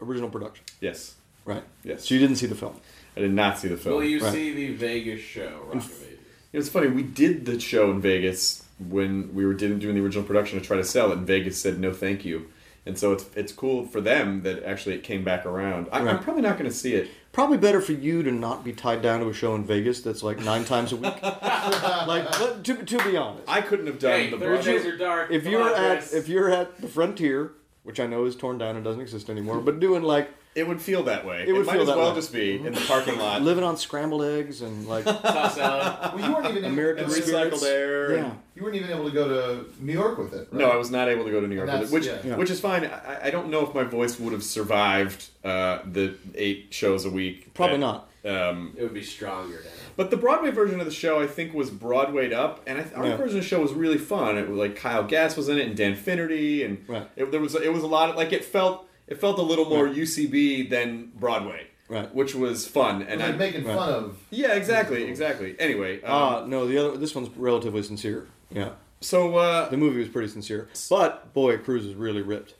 H: original production,
E: Yes.
H: right?
E: Yes.
H: So you didn't see the film.
E: I did not see the film.
D: Will you
H: Right.
D: see the Vegas show, Rock of Ages?
E: It was funny. We did the show in Vegas when we were did doing the original production to try to sell it, and Vegas said no, thank you. And so it's it's cool for them that actually it came back around. I, I'm
H: Right.
E: probably not going to see it.
H: Probably better for you to not be tied down to a show in Vegas that's like nine times a week. like let- to, to be honest,
E: I couldn't have done
D: Hey,
E: the
D: Thursdays are dark.
H: If
D: Come
H: you're
D: on,
H: at
D: guys.
H: if you're at the frontier, which I know is torn down and doesn't exist anymore, but doing like
E: it would feel that way. Mm-hmm. It,
H: would
E: might
H: feel
E: as
H: that
E: well
H: way.
E: just be in the parking lot.
H: living on scrambled eggs and like
F: Well, you weren't even
H: American
F: able,
E: and recycled air. and-
H: Yeah.
F: You weren't even able to go to New York with it. Right?
E: No, I was not able to go to New York,
F: And
E: with it, which
F: that's- yeah.
E: which is fine. I, I don't know if my voice would have survived uh, the eight shows a week.
H: Probably
E: that, Um,
D: It would be stronger now.
E: But the Broadway version of the show, I think, was Broadwayed up, and I th- our
H: Yeah.
E: version of the show was really fun. It was like Kyle Gass was in it, and Dan Finnerty, and
H: Right.
E: it, there was it was a lot of like it felt it felt a little more UCB than Broadway,
H: Right.
E: Which was fun, and
F: Like
E: I
F: making
H: Right.
F: fun of.
E: yeah, exactly, exactly. Anyway, um,
H: ah no the other this one's relatively sincere. Yeah,
E: so uh,
H: the movie was pretty sincere, but boy, Cruz is really ripped.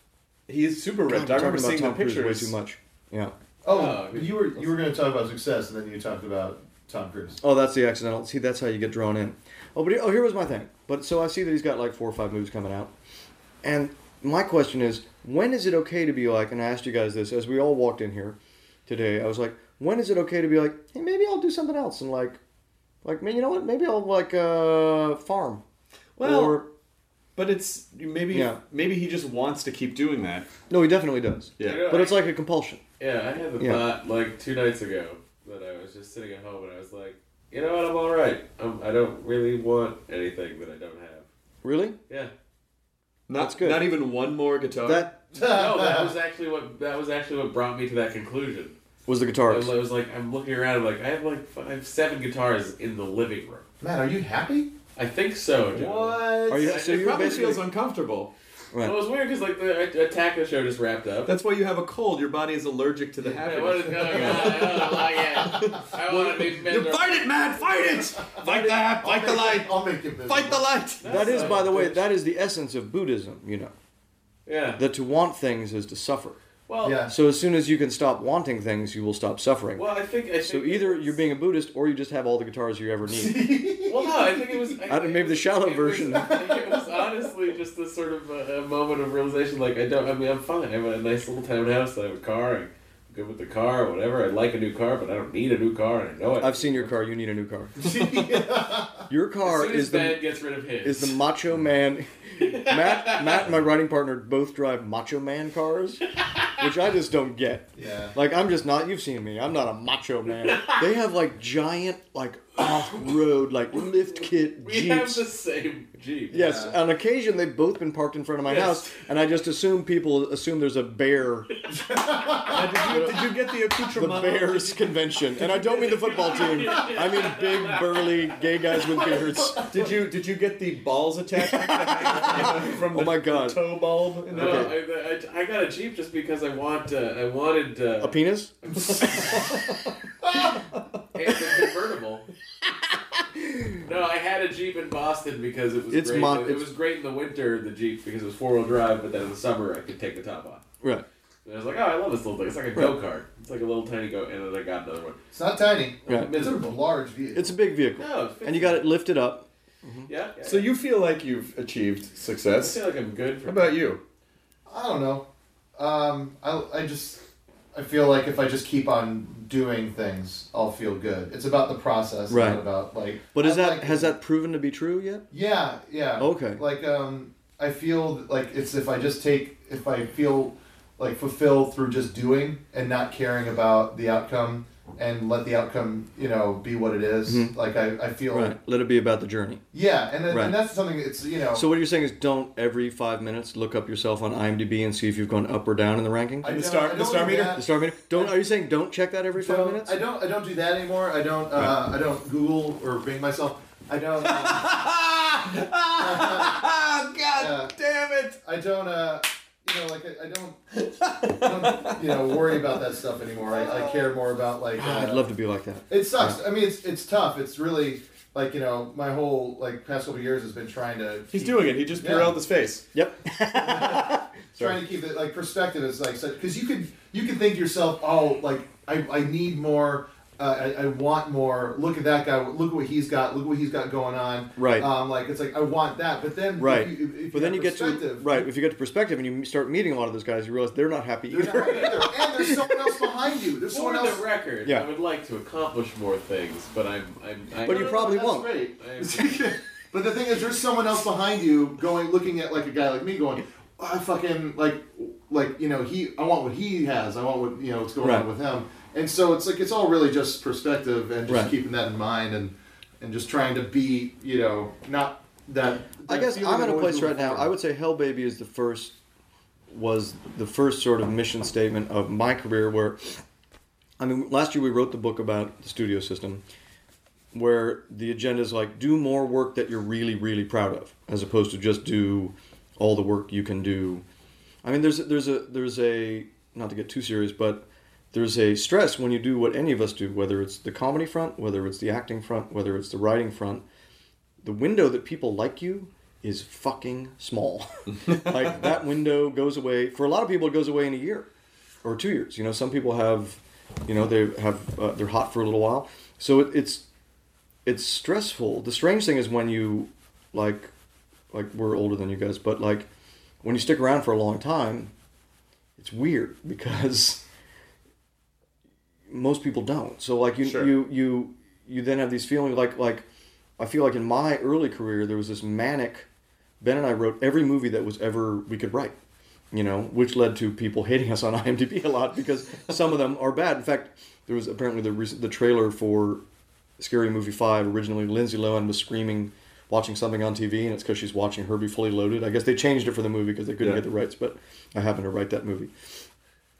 E: he is super ripped.
H: God,
E: I
H: we're
E: remember
H: talking
E: seeing the
H: about Tom Cruise
E: pictures
H: way too much. Yeah.
F: Oh, you were you were going to talk about success, and then you talked about Tom Cruise.
H: Oh, that's the accidental. See, that's how you get drawn in. Oh, but he- oh, here was my thing. But so I see that he's got like four or five movies coming out, and my question is, when is it okay to be like? And I asked you guys this as we all walked in here today. I was like, when is it okay to be like, hey, maybe I'll do something else and like, like man, you know what? Maybe I'll like uh, farm.
E: Well-
H: or,
E: But it's maybe
H: Yeah.
E: maybe he just wants to keep doing that.
H: no, he definitely does.
E: Yeah.
H: But it's like a compulsion.
D: Yeah, I had the
H: Yeah.
D: thought like two nights ago that I was just sitting at home and I was like, you know what, I'm all right. I'm, I don't really want anything that I don't have.
H: Really?
D: Yeah.
E: Not,
H: That's good.
E: Not even one more guitar.
H: That
D: No, that was actually what that was actually what brought me to that conclusion.
H: was the
D: I
H: guitarist.
D: was, I was like, I'm looking around, I'm like, I have like five, seven guitars in the living room.
F: Matt, are you happy?
D: I think so. John.
E: what?
H: Are you-
E: It
H: so you're
E: probably
H: basically-
E: feels uncomfortable.
D: Well, it was weird because like the at- attack of the show just wrapped up.
E: That's why you have a cold. Your body is allergic to the
D: Hey, what is
E: happiness.
D: going on? I don't like it. I want to be miserable.
E: Fight it, man! Fight it! Fight the Fight the light!
F: I'll make it.
E: Fight the light!
H: that is, by the way, that is the essence of Buddhism. You know,
D: Yeah.
H: that to want things is to suffer.
D: Well, yeah.
H: So as soon as you can stop wanting things, you will stop suffering.
D: Well, I think. I think
H: so either you're being a Buddhist or you just have all the guitars you ever need.
D: well, no, I think it was.
H: I don't, maybe the shallow version.
D: it was honestly just this sort of uh, a, a moment of realization. Like I don't. I mean, I'm fine. I have a nice little town house. I have a car. I'm good with the car. Whatever. I like a new car, but I don't need a new car, and I know it.
H: I've seen your car. You need a new car. Your car
D: as soon as
H: is the
D: Ben gets rid of his.
H: is the macho man. Matt, Matt, and my riding partner both drive macho man cars, which I just don't get.
F: Yeah.
H: Like I'm just not. You've seen me. I'm not a macho man. They have like giant, like off-road, like lift kit
D: we
H: jeeps.
D: have the same Jeep.
H: Yes, on occasion they've both been parked in front of my
D: Yes.
H: house, and I just assume people assume there's a bear,
E: did, you, did you get the
H: the
E: accoutrement?
H: Bears convention, and I don't mean the football team. I mean big burly gay guys with beards.
E: Did you did you get the balls attached from the
H: Oh my god,
E: toe bulb? In
D: No,
E: there?
D: I, I, I got a Jeep just because I want. Uh, I wanted uh,
H: a penis?
D: and a convertible. no, I had a Jeep in Boston because it was
H: It's
D: great.
H: mon-
D: it,
H: it's-
D: was great in the winter, the Jeep, because it was four wheel drive, but then in the summer I could take the top off.
H: Right.
D: And I was like, oh, I love this little thing. It's like a
H: Right.
D: go kart. It's like a little tiny go. And then I got another one.
F: It's not tiny.
H: Yeah.
F: It's a large vehicle.
H: It's a big vehicle,
D: No, it
H: and you got it lifted up.
D: Yeah. yeah.
E: So you feel like you've achieved
D: I
E: success.
D: feel like I'm good
E: How
D: for.
E: about you?
F: I don't know. Um, I, I just I feel like if I just keep on doing things, I'll feel good. It's about the process,
H: Right.
F: not about like.
H: But is
F: I
H: that
F: like-
H: has that proven to be true yet?
F: Yeah, yeah.
H: Okay.
F: Like um, I feel like it's if I just take if I feel like fulfilled through just doing and not caring about the outcome and let the outcome you know be what it is.
H: Mhm.
F: Like I, I feel
H: Right. Let it be about the journey.
F: yeah, and, then,
H: Right.
F: and that's something it's you know.
H: So what you're saying is, don't every five minutes look up yourself on IMDb and see if you've gone up or down in the ranking.
F: I
E: The
F: don't-
E: star-
F: I
E: the
F: don't
E: star
F: do
E: meter?
F: that.
H: The star meter. Don't are you saying don't check that every five
F: So,
H: minutes?
F: I don't. I don't do that anymore. I don't. Uh, I don't Google or Bing myself. I don't. Um,
E: Ah, God damn it!
F: I don't. Uh, you know, like I, I don't. I don't you know, worry about that stuff anymore. I, I care more about like.
H: Ah, I'd
F: uh,
H: love to be like that.
F: It sucks. I mean, it's it's tough. It's really like you know, my whole like past couple years has been trying to.
E: He's
F: keep-
E: doing it. He just
F: Yeah.
E: Purelled his face.
H: Yep.
F: trying to keep it like perspective is like such because you could you could think to yourself oh like I, I need more uh, I, I want more look at that guy look at what he's got look what he's got going on
H: Right.
F: um, like it's like I want that but then
H: Right.
F: if you, if- if
H: but then you
F: have
H: get to
F: perspective,
H: right. If you get to perspective and you start meeting a lot of those guys, you realize they're not happy
F: you're not
H: either.
F: right either. and there's someone else behind you there's
D: For
F: someone else
D: the record,
H: Yeah.
D: I would like to accomplish more things, but I'm. I'm I,
H: But you probably
F: that's
H: won't.
F: great.
D: I am-
F: but the thing is there's someone else behind you going looking at like a guy like me going oh, I fucking like like you know he I want what he has I want what you know what's going
H: Right.
F: on with him and so it's like it's all really just perspective and just
H: Right.
F: keeping that in mind and and just trying to be you know not that,
H: I
F: that
H: guess
F: feeling
H: I'm at a
F: of
H: place
F: always
H: right now.
F: moving
H: I would say Hell Baby is the first was the first sort of mission statement of my career where I mean last year we wrote the book about the studio system where the agenda is like do more work that you're really really proud of as opposed to just do all the work you can do. I mean there's a, there's a there's a not to get too serious but there's a stress when you do what any of us do whether it's the comedy front, whether it's the acting front, whether it's the writing front the window that people like you is fucking small. like that window goes away for a lot of people. It goes away in a year or two years. You know, some people have, you know, they have uh, they're hot for a little while. So it, it's it's stressful. The strange thing is when you like like we're older than you guys, but like when you stick around for a long time, it's weird because most people don't. So like you
E: Sure.
H: you you you then have these feelings like like I feel like in my early career there was this manic Ben and I wrote every movie that was ever we could write. You know, which led to people hating us on IMDb a lot because some of them are bad. In fact, there was apparently the recent, the trailer for Scary Movie 5 originally Lindsay Lohan was screaming watching something on TV and it's because she's watching Herbie Fully Loaded. I guess they changed it for the movie because they couldn't
E: Yeah.
H: get the rights, but I happened to write that movie.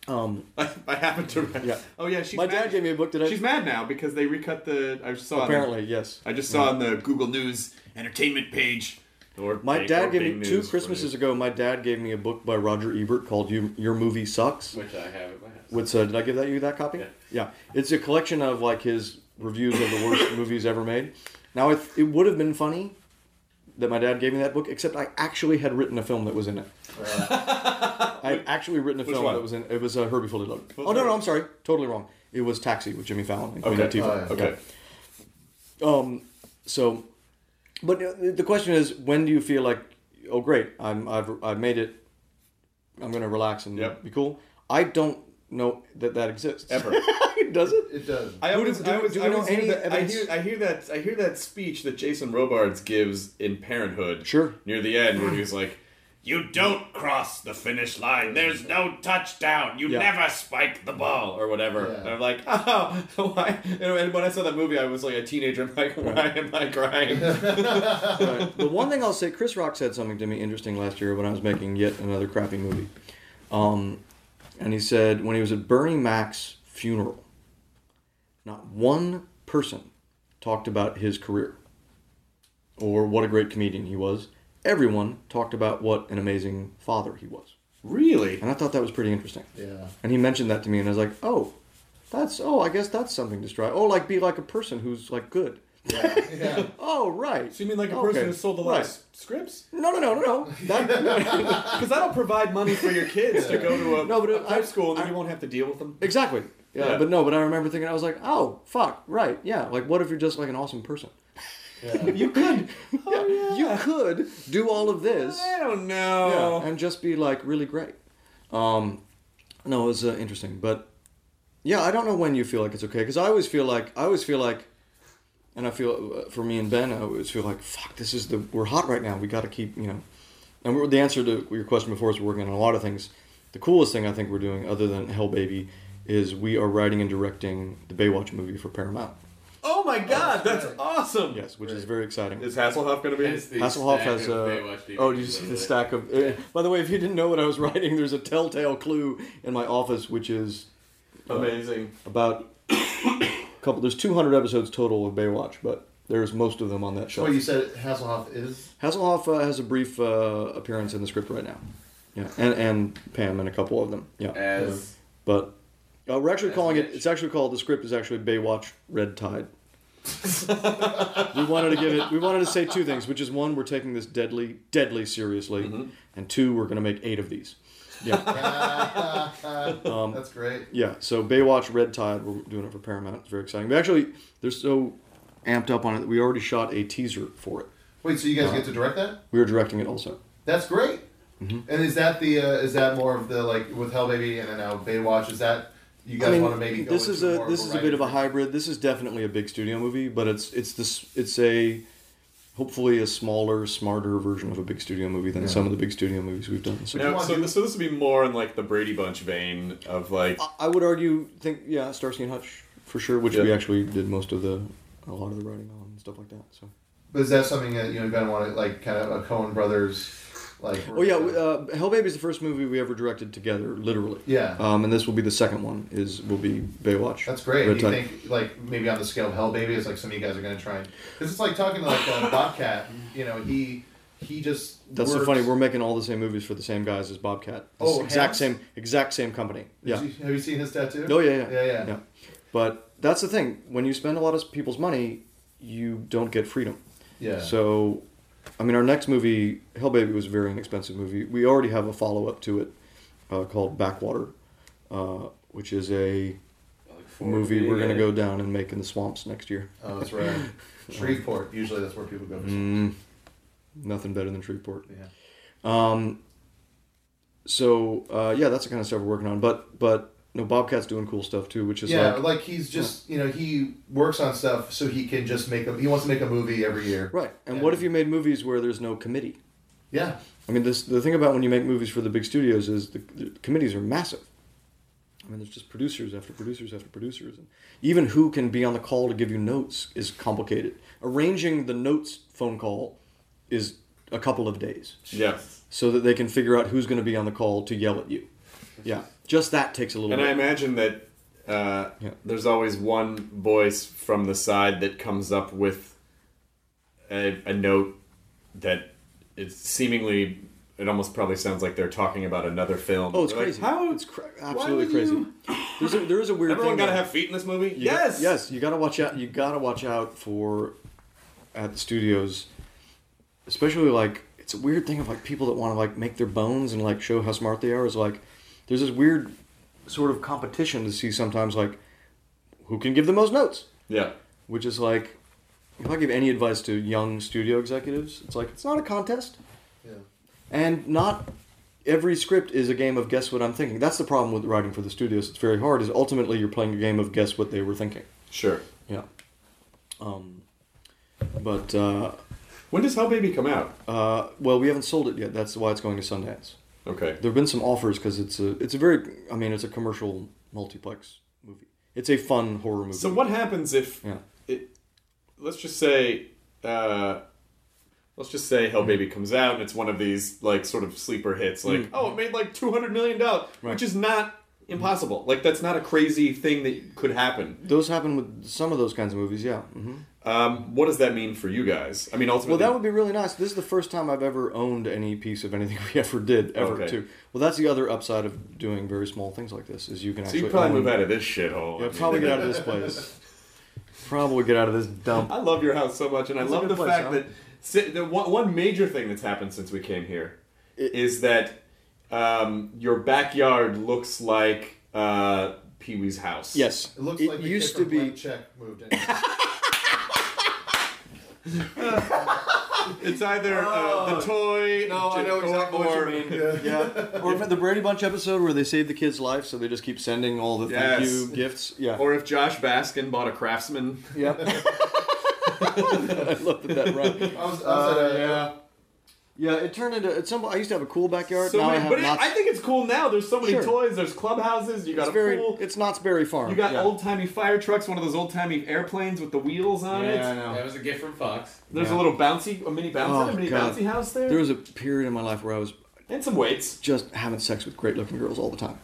H: Um,
E: I, I happened to.
H: Yeah.
E: Oh yeah, she's
H: My
E: mad.
H: dad gave me a book today.
E: She's mad now because they recut the. I saw. on the-
H: apparently, yes.
E: I just saw on the Google News entertainment page. Or
H: My
E: Bing- or
H: dad gave
E: Bing
H: me two
E: News,
H: Christmases ago. My dad gave me a book by Roger Ebert called "You Your Movie Sucks."
D: which I have at my house.
H: What's uh, did I give that you that copy?
D: Yeah.
H: it's a collection of like his reviews of the worst movies ever made. Now it, it would have been funny that my dad gave me that book, except I actually had written a film that was in it. I had actually written a
E: Which
H: film
E: one?
H: that was in. It was uh, Herbie Fully Loaded.
E: Fully
H: Oh no, no,
E: Loaded.
H: I'm sorry, totally wrong. It was Taxi with Jimmy Fallon and Queen
E: Okay.
H: Latifah.
E: Oh, yeah. Okay.
H: Yeah. Um. So, but uh, the question is, when do you feel like, oh great, I'm I've I've made it. I'm gonna relax and be cool. I don't know that that exists ever. does it?
F: It does.
E: I
H: Who
E: always,
H: do- do-
E: I always,
H: do we
E: I
H: know
E: always
H: any
E: hear that, I
H: evidence?
E: hear, I hear that, I hear that speech that Jason Robards gives in Parenthood. Sure. Near the end, where he's like,
M: You don't cross the finish line. There's no touchdown. You
E: Yeah.
M: never spike the ball.
E: or whatever. And I'm like, oh, why? You know, And when I saw that movie, I was like a teenager. I'm like, why am I crying?
H: Right. The one thing I'll say, Chris Rock said something to me interesting last year when I was making yet another crappy movie. Um, and he said when he was at Bernie Mac's funeral, not one person talked about his career or what a great comedian he was. Everyone talked about what an amazing father he was.
E: Really?
H: And I thought that was pretty interesting.
F: Yeah.
H: And he mentioned that to me, and I was like, oh, that's, oh, I guess that's something to strive. Oh, like be like a person who's like good. oh, right.
E: So you mean like a
H: Okay.
E: person who sold a lot of
H: Right.
E: s- scripts?
H: No, no, no, no, no.
E: Because that'll provide money for your kids to go to a,
H: No, but
E: a prep
H: I-
E: school and then you won't have to deal with them.
H: Exactly. Yeah,
E: Yeah.
H: but no, but I remember thinking I was like, oh fuck, right, yeah. Like, what if you're just like an awesome person? you could, you could do all of this. I
E: don't know,
H: and just be like really great. Um, no, it was uh, interesting, but yeah, I don't know when you feel like it's okay because I always feel like I always feel like, and I feel uh, for me and Ben, I always feel like fuck, this is the we're hot right now. We got to keep you know, and we're, the answer to your question before is we're working on a lot of things. The coolest thing I think we're doing, other than Hell Baby, is we are writing and directing the Baywatch movie for Paramount.
E: Oh my god, that's awesome!
H: Yes, which is very exciting.
E: Is Hasselhoff going to be in it?
H: Hasselhoff has uh, oh, did you see the stack of? uh, by the way, if you didn't know what I was writing, there's a telltale clue in my office, which is uh,
E: Amazing.
H: About a couple, there's 200 episodes total of Baywatch, but there's most of them on that show.
F: Well, you said Hasselhoff is.
H: Hasselhoff uh, has a brief uh, appearance in the script right now. Yeah, and and Pam and a couple of them. Yeah,
D: As-
H: but uh, we're actually calling it. It's actually called the script is actually Baywatch Red Tide. we wanted to give it. We wanted to say two things, which is one, we're taking this deadly, deadly seriously, and two, we're going to make eight of these. Yeah. Um,
F: That's great.
H: Yeah. So Baywatch Red Tide, we're doing it for Paramount. It's very exciting. We actually, they're so amped up on it. that We already shot a teaser for it.
F: Wait, so you guys
H: Uh,
F: get to direct that?
H: We were directing it also.
F: That's great.
H: Mm-hmm.
F: And is that the uh, is that more of the like with Hell Baby and then now Baywatch? Is that you guys
H: I mean,
F: want to maybe go
H: this
F: into
H: is a
F: more
H: this is a bit of a hybrid. This is definitely a big studio movie, but it's it's this it's a hopefully a smaller, smarter version of a big studio movie than
E: Yeah.
H: some of the big studio movies we've done. So,
E: Now, so, this- so this would be more in like the Brady Bunch vein of like
H: I would argue, think yeah, Starsky and Hutch for sure, which we
E: Yeah.
H: actually did most of the a lot of the writing on and stuff like that. So
F: But is that something that you and Ben want to like kind of a Cohen Brothers like?
H: Oh yeah, we- uh, Hell Baby is the first movie we ever directed together, literally.
F: Yeah.
H: Um, and this will be the second one. Is will be Baywatch.
F: That's great.
H: Red
F: Do you
H: Tide.
F: think like maybe on the scale of Hell Baby is like something you guys are gonna try and because it's like talking to like uh, Bobcat. You know, he he just
H: That's so
F: works-
H: funny. We're making all the same movies for the same guys as Bobcat. The
F: Oh,
H: exact
F: Hans?
H: same, exact same company. Yeah.
F: Have you- have you seen his tattoo?
H: Oh yeah, yeah,
F: yeah, yeah.
H: But that's the thing. When you spend a lot of people's money, you don't get freedom.
F: Yeah.
H: So, I mean, our next movie, Hell Baby, was a very inexpensive movie. We already have a follow up to it uh, called Backwater, uh, which is a movie we're going to go down and make in the swamps next year.
F: Oh, that's right. Shreveport. Usually, that's where people go. For
H: Mm, nothing better than Shreveport.
F: Yeah.
H: Um. So uh, yeah, that's the kind of stuff we're working on. But but no, Bobcat's doing cool stuff too, which is
F: yeah,
H: like,
F: like, he's just you know he works on stuff so he can just make a he wants to make a movie every year.
H: right. And what if you made movies where there's no committee?
F: Yeah.
H: I mean, this the thing about when you make movies for the big studios is the, the committees are massive. I mean, there's just producers after producers after producers, and even who can be on the call to give you notes is complicated. Arranging the notes phone call is a couple of days.
E: Yeah.
H: So that they can figure out who's going to be on the call to yell at you. Yeah, just that takes a little.
E: And
H: bit.
E: I imagine that uh, there's always one voice from the side that comes up with a, a note that it's seemingly, it almost probably sounds like they're talking about another film.
H: Oh, it's
E: They're like,
H: crazy!
E: How?
H: It's cra-
E: would
H: absolutely crazy.
E: you-
H: There's a, there is a weird.
E: Everyone
H: thing
E: gotta
H: though.
E: have feet in this movie?
H: You got-
E: Yes!
H: yes, you gotta watch out. You gotta watch out for at the studios, especially like it's a weird thing of like people that want to like make their bones and like show how smart they are is like there's this weird sort of competition to see sometimes like who can give the most notes.
E: Yeah.
H: Which is like if I give any advice to young studio executives, it's like it's not a contest.
F: Yeah.
H: And not every script is a game of guess what I'm thinking. That's the problem with writing for the studios. It's very hard. Is ultimately you're playing a game of guess what they were thinking.
E: Sure.
H: Yeah. Um, but uh,
E: when does Hell Baby come out?
H: Uh, well, we haven't sold it yet. That's why it's going to Sundance.
E: Okay.
H: There have been some offers because it's a it's a very I mean it's a commercial multiplex movie. It's a fun horror movie.
E: So what happens if it? Let's just say, uh, let's just say Hell
H: Mm-hmm.
E: Baby comes out and it's one of these like sort of sleeper hits, like
H: Mm.
M: Mhm.
E: oh it made like two hundred million dollars, which is not impossible. Like that's not a crazy thing that could happen.
H: Those happen with some of those kinds of movies, yeah. hmm
E: Um, what does that mean for you guys? I mean,
H: Well,
E: ultimately,
H: that would be really nice. This is the first time I've ever owned any piece of anything we ever did, ever
E: Okay.
H: too. Well, that's the other upside of doing very small things like this is you can
E: So
H: actually.
E: you probably
H: own-
E: move out of this shithole.
H: Yeah,
E: I mean-
H: probably get out of this place. probably get out of this dump.
E: I love your house so much, and I
H: It's a
E: love
H: good
E: the
H: place,
E: fact
H: huh?
E: that si- the one, one major thing that's happened since we came here is that um, your backyard looks like uh, Pee Wee's house.
H: Yes,
F: It looks like the
H: used
F: kid to be check moved in.
E: it's either uh,
F: Oh.
E: the toy.
F: No, I know
E: or-
F: exactly what you
E: or-
F: mean.
H: yeah. Or the Brady Bunch episode where they save the kid's life, so they just keep sending all the thank
E: Yes.
H: you gifts. Yeah.
E: Or if Josh Baskin bought a Craftsman.
H: Yep. I love that that rhymed.
E: I was- I
D: Oh,
E: was at a-
H: yeah. Yeah, it turned into at some. point- I used to have a cool backyard.
E: So
H: now
E: many-
H: I have
E: but it-
H: Knott's-
E: I think it's cool now. There's so many
H: Sure.
E: toys. There's clubhouses. You got
H: It's
E: a
H: very-
E: pool.
H: It's Knott's Berry Farm.
E: You got
H: yeah.
E: old timey fire trucks, one of those old timey airplanes with the wheels on
H: Yeah,
E: it.
H: I know.
D: That was a gift from Fox.
E: There's
H: Yeah. Oh,
E: a little bouncy, a mini bouncy, a mini
H: God.
E: bouncy house there.
H: There was a period in my life where I was
E: and some weights,
H: just having sex with great-looking girls all the time.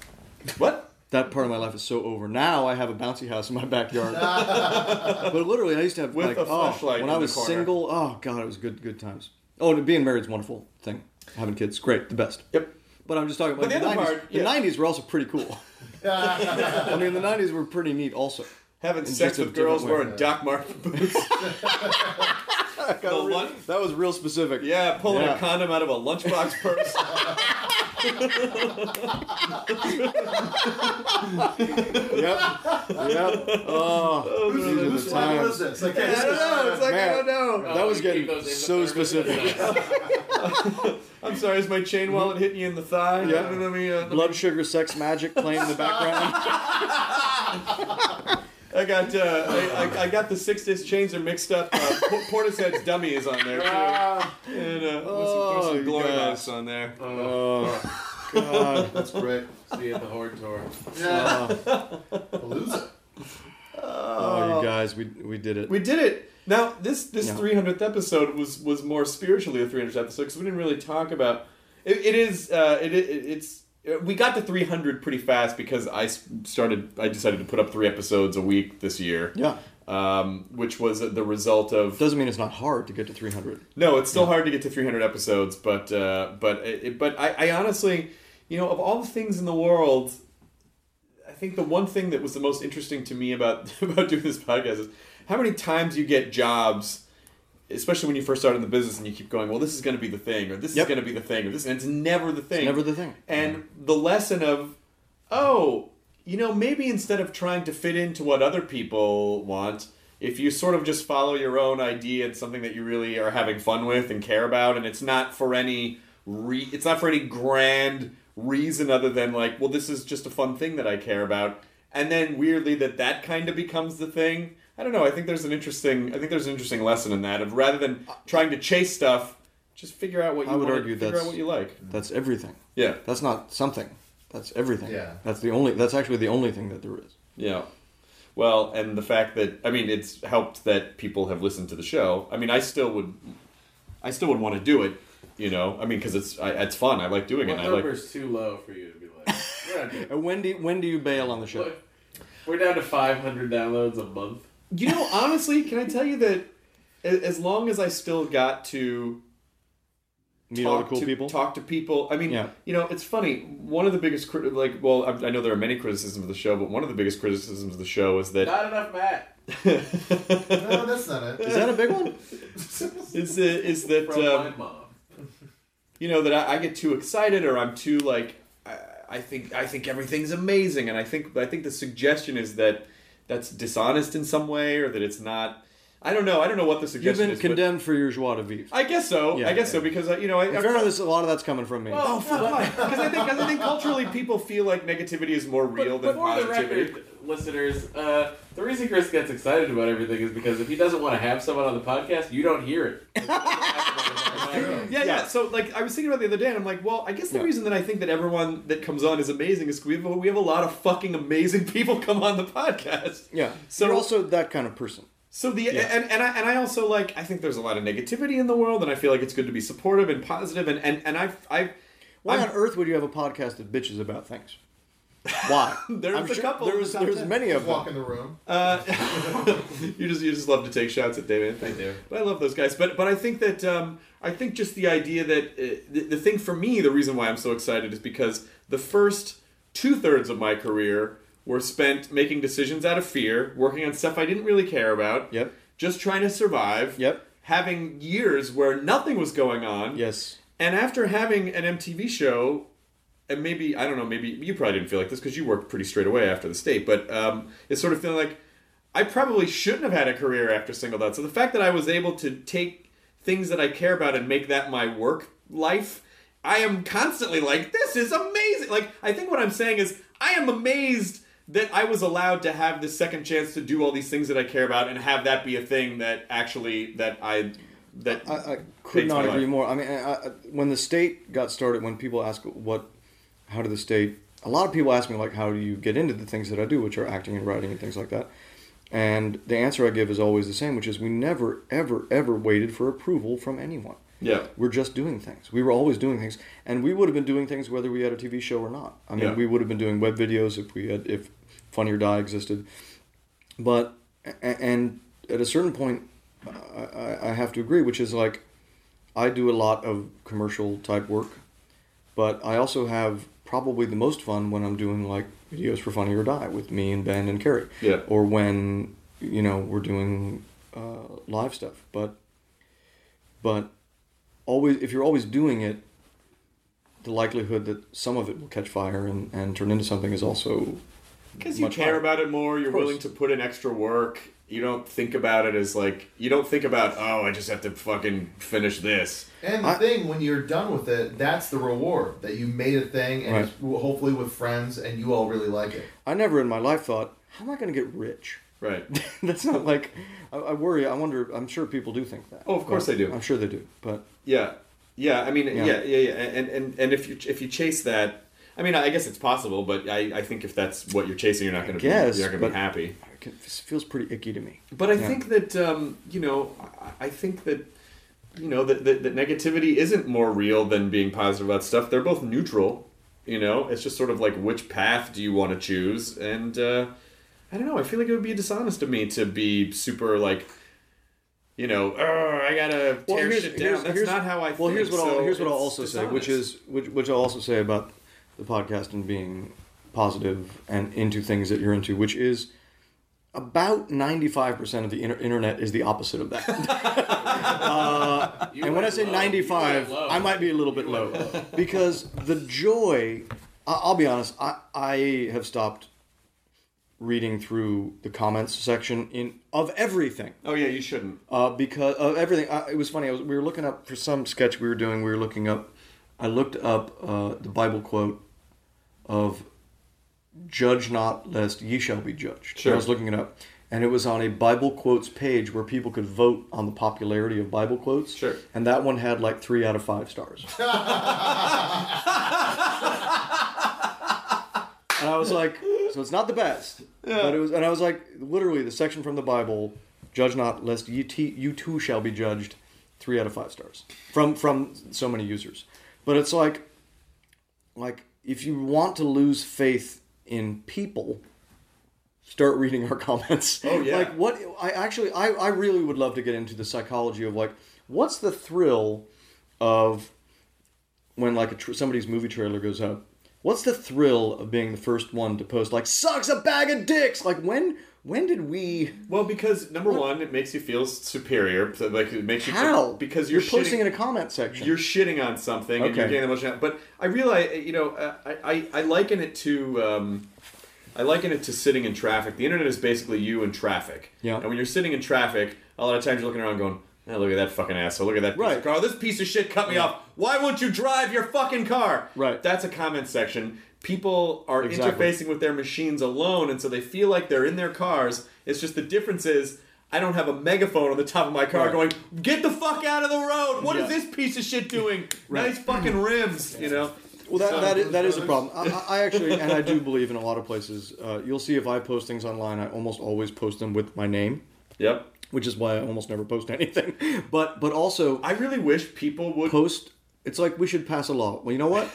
E: What?
H: That part of my life is so over. Now I have a bouncy house in my backyard. but literally, I used to have
E: With
H: like
E: a
H: oh,
E: flashlight in
H: when I
E: the
H: was
E: corner.
H: single. Oh God, it was good, good times. Oh, and being married's a wonderful thing. Having kids, great, the best.
E: Yep.
H: But I'm just talking about
E: But the other
H: 90s.
E: part,
H: the
E: yeah.
H: 90s were also pretty cool. I mean, the 90s were pretty neat, also.
E: having
H: In
E: sex
H: just a
E: with girls
H: different way.
E: wearing Doc Martin boots. The lun-
H: That was real specific.
E: yeah, pulling
H: Yeah.
E: a condom out of a lunchbox purse.
H: yep. Yep. Oh,
F: Who's-
H: these are the
F: whose line
H: times.
F: was this? I can't-
E: I don't know. It's like
H: Man,
E: I don't know.
H: That was getting so specific.
E: I'm sorry. Is my chain wallet hitting you in the thigh?
H: Yeah.
E: Let me, uh, let me-
H: Blood sugar, sex, magic playing in the background.
E: I got uh, I, I, I got the six disc chains are mixed up. Uh, P- Portishead's dummy is on there too,
D: Ah.
E: and uh, with some, with
H: Oh,
E: some glory
H: you guys.
E: box on there.
D: Uh,
H: Oh, God.
F: That's great.
D: See you at the Horde Tour.
F: Yeah.
H: Oh, you guys, we, we did it.
E: We did it. Now this this
H: Yeah.
E: 300th episode was was more spiritually a 300th episode because we didn't really talk about it. It is uh, it, it it's uh, we got to 300 pretty fast because I s- started I decided to put up three episodes a week this year.
H: Yeah. Uh,
E: Um, which was the result of
H: Doesn't mean it's not hard to get to 300.
E: No, it's still hard to get to 300 episodes, but uh, but it, but I, I honestly, you know, of all the things in the world, I think the one thing that was the most interesting to me about about doing this podcast is how many times you get jobs, especially when you first start in the business, and you keep going, well, this is going to be the thing, or this
H: Yep.
E: is going to be the thing, or this, and it's never the thing,
H: never the thing.
E: and the lesson of, oh, you know, maybe instead of trying to fit into what other people want, if you sort of just follow your own idea and something that you really are having fun with and care about, and it's not for any re- it's not for any grand reason other than like, well, this is just a fun thing that I care about, and then weirdly that that kind of becomes the thing. I don't know. I think there's an interesting. I think there's an interesting lesson in that of rather than trying to chase stuff, just figure out what you
H: Uh, I would
E: wanna-
H: argue
E: figure
H: that's
E: out what you like.
H: That's everything.
E: Yeah.
H: That's not something. That's everything.
E: Yeah.
H: That's the only. That's actually the only thing that there is.
E: Yeah. Well, and the fact that I mean, it's helped that people have listened to the show. I mean, I still would, I still would want to do it. You know, I mean, because it's I, it's fun. I like doing
D: What
E: it. and I like.
D: number's too low for you to be like? We're, not doing it.
H: And when do when do you bail on the show?
D: We're down to 500 downloads a month.
E: You know, honestly, can I tell you that a- as long as I still got to
H: Meet all the cool
E: to,
H: people?
E: talk to people. I mean,
H: Yeah.
E: you know, it's funny. One of the biggest crit- like, well, I, I know there are many criticisms of the show, but one of the biggest criticisms of the show is that
D: Not enough Matt.
F: no, that's not it.
H: Is that a big one?
E: is that, is that
D: Frontline
E: um,
D: mom.
E: you know that I, I get too excited or I'm too like I, I think I think everything's amazing, and I think I think the suggestion is that that's dishonest in some way or that it's not. I don't know. I don't know what the
H: You've
E: suggestion
H: been
E: is. but-
H: condemned for your joie de vivre.
E: I guess so.
H: Yeah,
E: I guess so because uh, you know I,
H: In fairness, a lot of that's coming from me.
E: Well, because I think because I think culturally people feel like negativity is more real
D: But
E: than
D: for the
E: positivity.
D: record, listeners, uh, the reason Chris gets excited about everything is because if he doesn't want to have someone on the podcast, you don't hear it.
E: yeah, yeah. So like, I was thinking about it the other day, and I'm like, well, I guess the reason that I think that everyone that comes on is amazing is 'cause we have we have a lot of fucking amazing people come on the podcast.
H: Yeah.
E: So-
H: So you're also that kind of person.
E: So the
H: Yeah.
E: and, and I and I also like I think there's a lot of negativity in the world, and I feel like it's good to be supportive and positive, and and and I've I've
H: Why
E: I'm-
H: on earth would you have a podcast that bitches about things? Why?
E: There's
H: I'm
E: a couple
H: There's,
E: out
H: there's
E: there.
H: many of
E: Just
H: them.
E: walk
F: in the room.
E: Uh, you just you just love to take shots at David. Thank you. But I love those guys. But but I think that um, I think just the idea that uh, the, the thing for me, the reason why I'm so excited is because the first two thirds of my career were spent making decisions out of fear, working on stuff I didn't really care about. Yep. Just trying to survive. Yep. Having years where nothing was going on.
H: Yes.
E: And after having an MTV show, and maybe I don't know, maybe you probably didn't feel like this because you worked pretty straight away after the state, but um, it's sort of feeling like I probably shouldn't have had a career after singled out. So the fact that I was able to take things that I care about and make that my work life, I am constantly like, this is amazing. Like I think what I'm saying is I am amazed that I was allowed to have this second chance to do all these things that I care about and have that be a thing that actually that I that I,
H: Could not agree more. I mean, I, I, when the state got started, when people ask what, how did the state? A lot of people ask me like, how do you get into the things that I do, which are acting and writing and things like that. And the answer I give is always the same, which is we never, ever, ever waited for approval from anyone.
E: Yeah.
H: We're just doing things. We were always doing things, and we would have been doing things whether we had a TV show or not. I mean,
E: Yeah.
H: we would have been doing web videos if we had if Funny or Die existed. But a- and at a certain point, I, I- I have to agree, which is like I do a lot of commercial type work, but I also have probably the most fun when I'm doing like videos for Funny or Die with me and Ben and Carrie.
E: Yeah.
H: Or when you know we're doing uh, live stuff, but but always if you're always doing it the likelihood that some of it will catch fire and, and turn into something is also
E: Because you
H: much
E: care
H: higher.
E: about it more, you're
H: Of course.
E: willing to put in extra work. You don't think about it as like you don't think about oh I just have to fucking finish this.
F: And the thing, when you're done with it, that's the reward that you made a thing, and
H: Right.
F: it's w- hopefully with friends, and you all really like it.
H: I never in my life thought, how am I going to get rich?
E: Right.
H: That's not like, I, I worry, I wonder, I'm sure people do think that.
E: Oh, of course
H: But-
E: they do.
H: I'm sure they do. But
E: Yeah, yeah. I mean, yeah,
H: Yeah.
E: yeah, yeah. And and and if you if you chase that, I mean, I guess it's possible, but I, I think if that's what you're chasing, you're not going to be
H: guess,
E: you're not going to
H: but-
E: be happy.
H: it feels pretty icky to me.
E: But I
H: Yeah.
E: think that um, you know, I I think that you know that, that that negativity isn't more real than being positive about stuff. They're both neutral. You know, it's just sort of like which path do you want to choose, and uh, I don't know. I feel like it would be dishonest of me to be super like. You know, "Arr, I gotta tear shit down. That's not how I.
H: Well,
E: think,
H: here's what
E: so
H: I'll, here's what I'll
E: it's
H: also say, which
E: dishonest.
H: is which, which I'll also say about the podcast and being positive and into things that you're into, which is about 95% of the inter- internet is the opposite of that. uh, and when I say 95, I might be a little bit low because the joy. I- I'll be honest. I I have stopped reading through the comments section in of everything.
E: Oh yeah, you shouldn't.
H: Uh, because of everything. I, it was funny. I was, we were looking up for some sketch we were doing. We were looking up. I looked up uh, the Bible quote of "Judge not, lest ye shall be judged."
E: Sure.
H: I was looking it up, and it was on a Bible quotes page where people could vote on the popularity of Bible quotes. Sure. And that one had like three out of five stars. And I was like, so it's not the best. But it was, and I was like, literally, the section from the Bible, "Judge not, lest you, te- you too shall be judged." Three out of five stars from from so many users. But it's like, like if you want to lose faith in people, start reading our comments.
E: Oh, yeah.
H: Like what I actually I, I really would love to get into the psychology of like what's the thrill of when like a tr- somebody's movie trailer goes up What's the thrill of being the first one to post like sucks a bag of dicks? Like when when did we?
E: Well, because number one, it makes you feel superior. So, Like it makes you feel-
H: How?
E: because you're,
H: You're posting
E: shitting-
H: in a comment section.
E: You're shitting on something and you're
H: Okay.
E: getting emotional. But I realize, you know, uh, I, I, I liken it to um, I liken it to sitting in traffic. The internet is basically you in traffic.
H: Yeah.
E: And when you're sitting in traffic, a lot of times you're looking around going. "Ah, look at that fucking asshole! Look at that piece of car! This piece of shit cut me off! Why won't you drive your fucking car? Right. That's a comment section. People are
H: Exactly.
E: interfacing with their machines alone, and so they feel like they're in their cars. It's just the difference is I don't have a megaphone on the top of my car
H: Right.
E: going, "Get the fuck out of the road! What is
H: Yeah.
E: this piece of shit doing? Nice fucking rims, you know."
H: Well, that,
E: So-
H: that, is, that is a problem. I, I- I actually, and I do believe in a lot of places, uh, you'll see if I post things online, I almost always post them with my name.
E: Yep.
H: Which is why I almost never post anything. But but also,
E: I really wish people would
H: post. It's like we should pass a law. Well, you know what?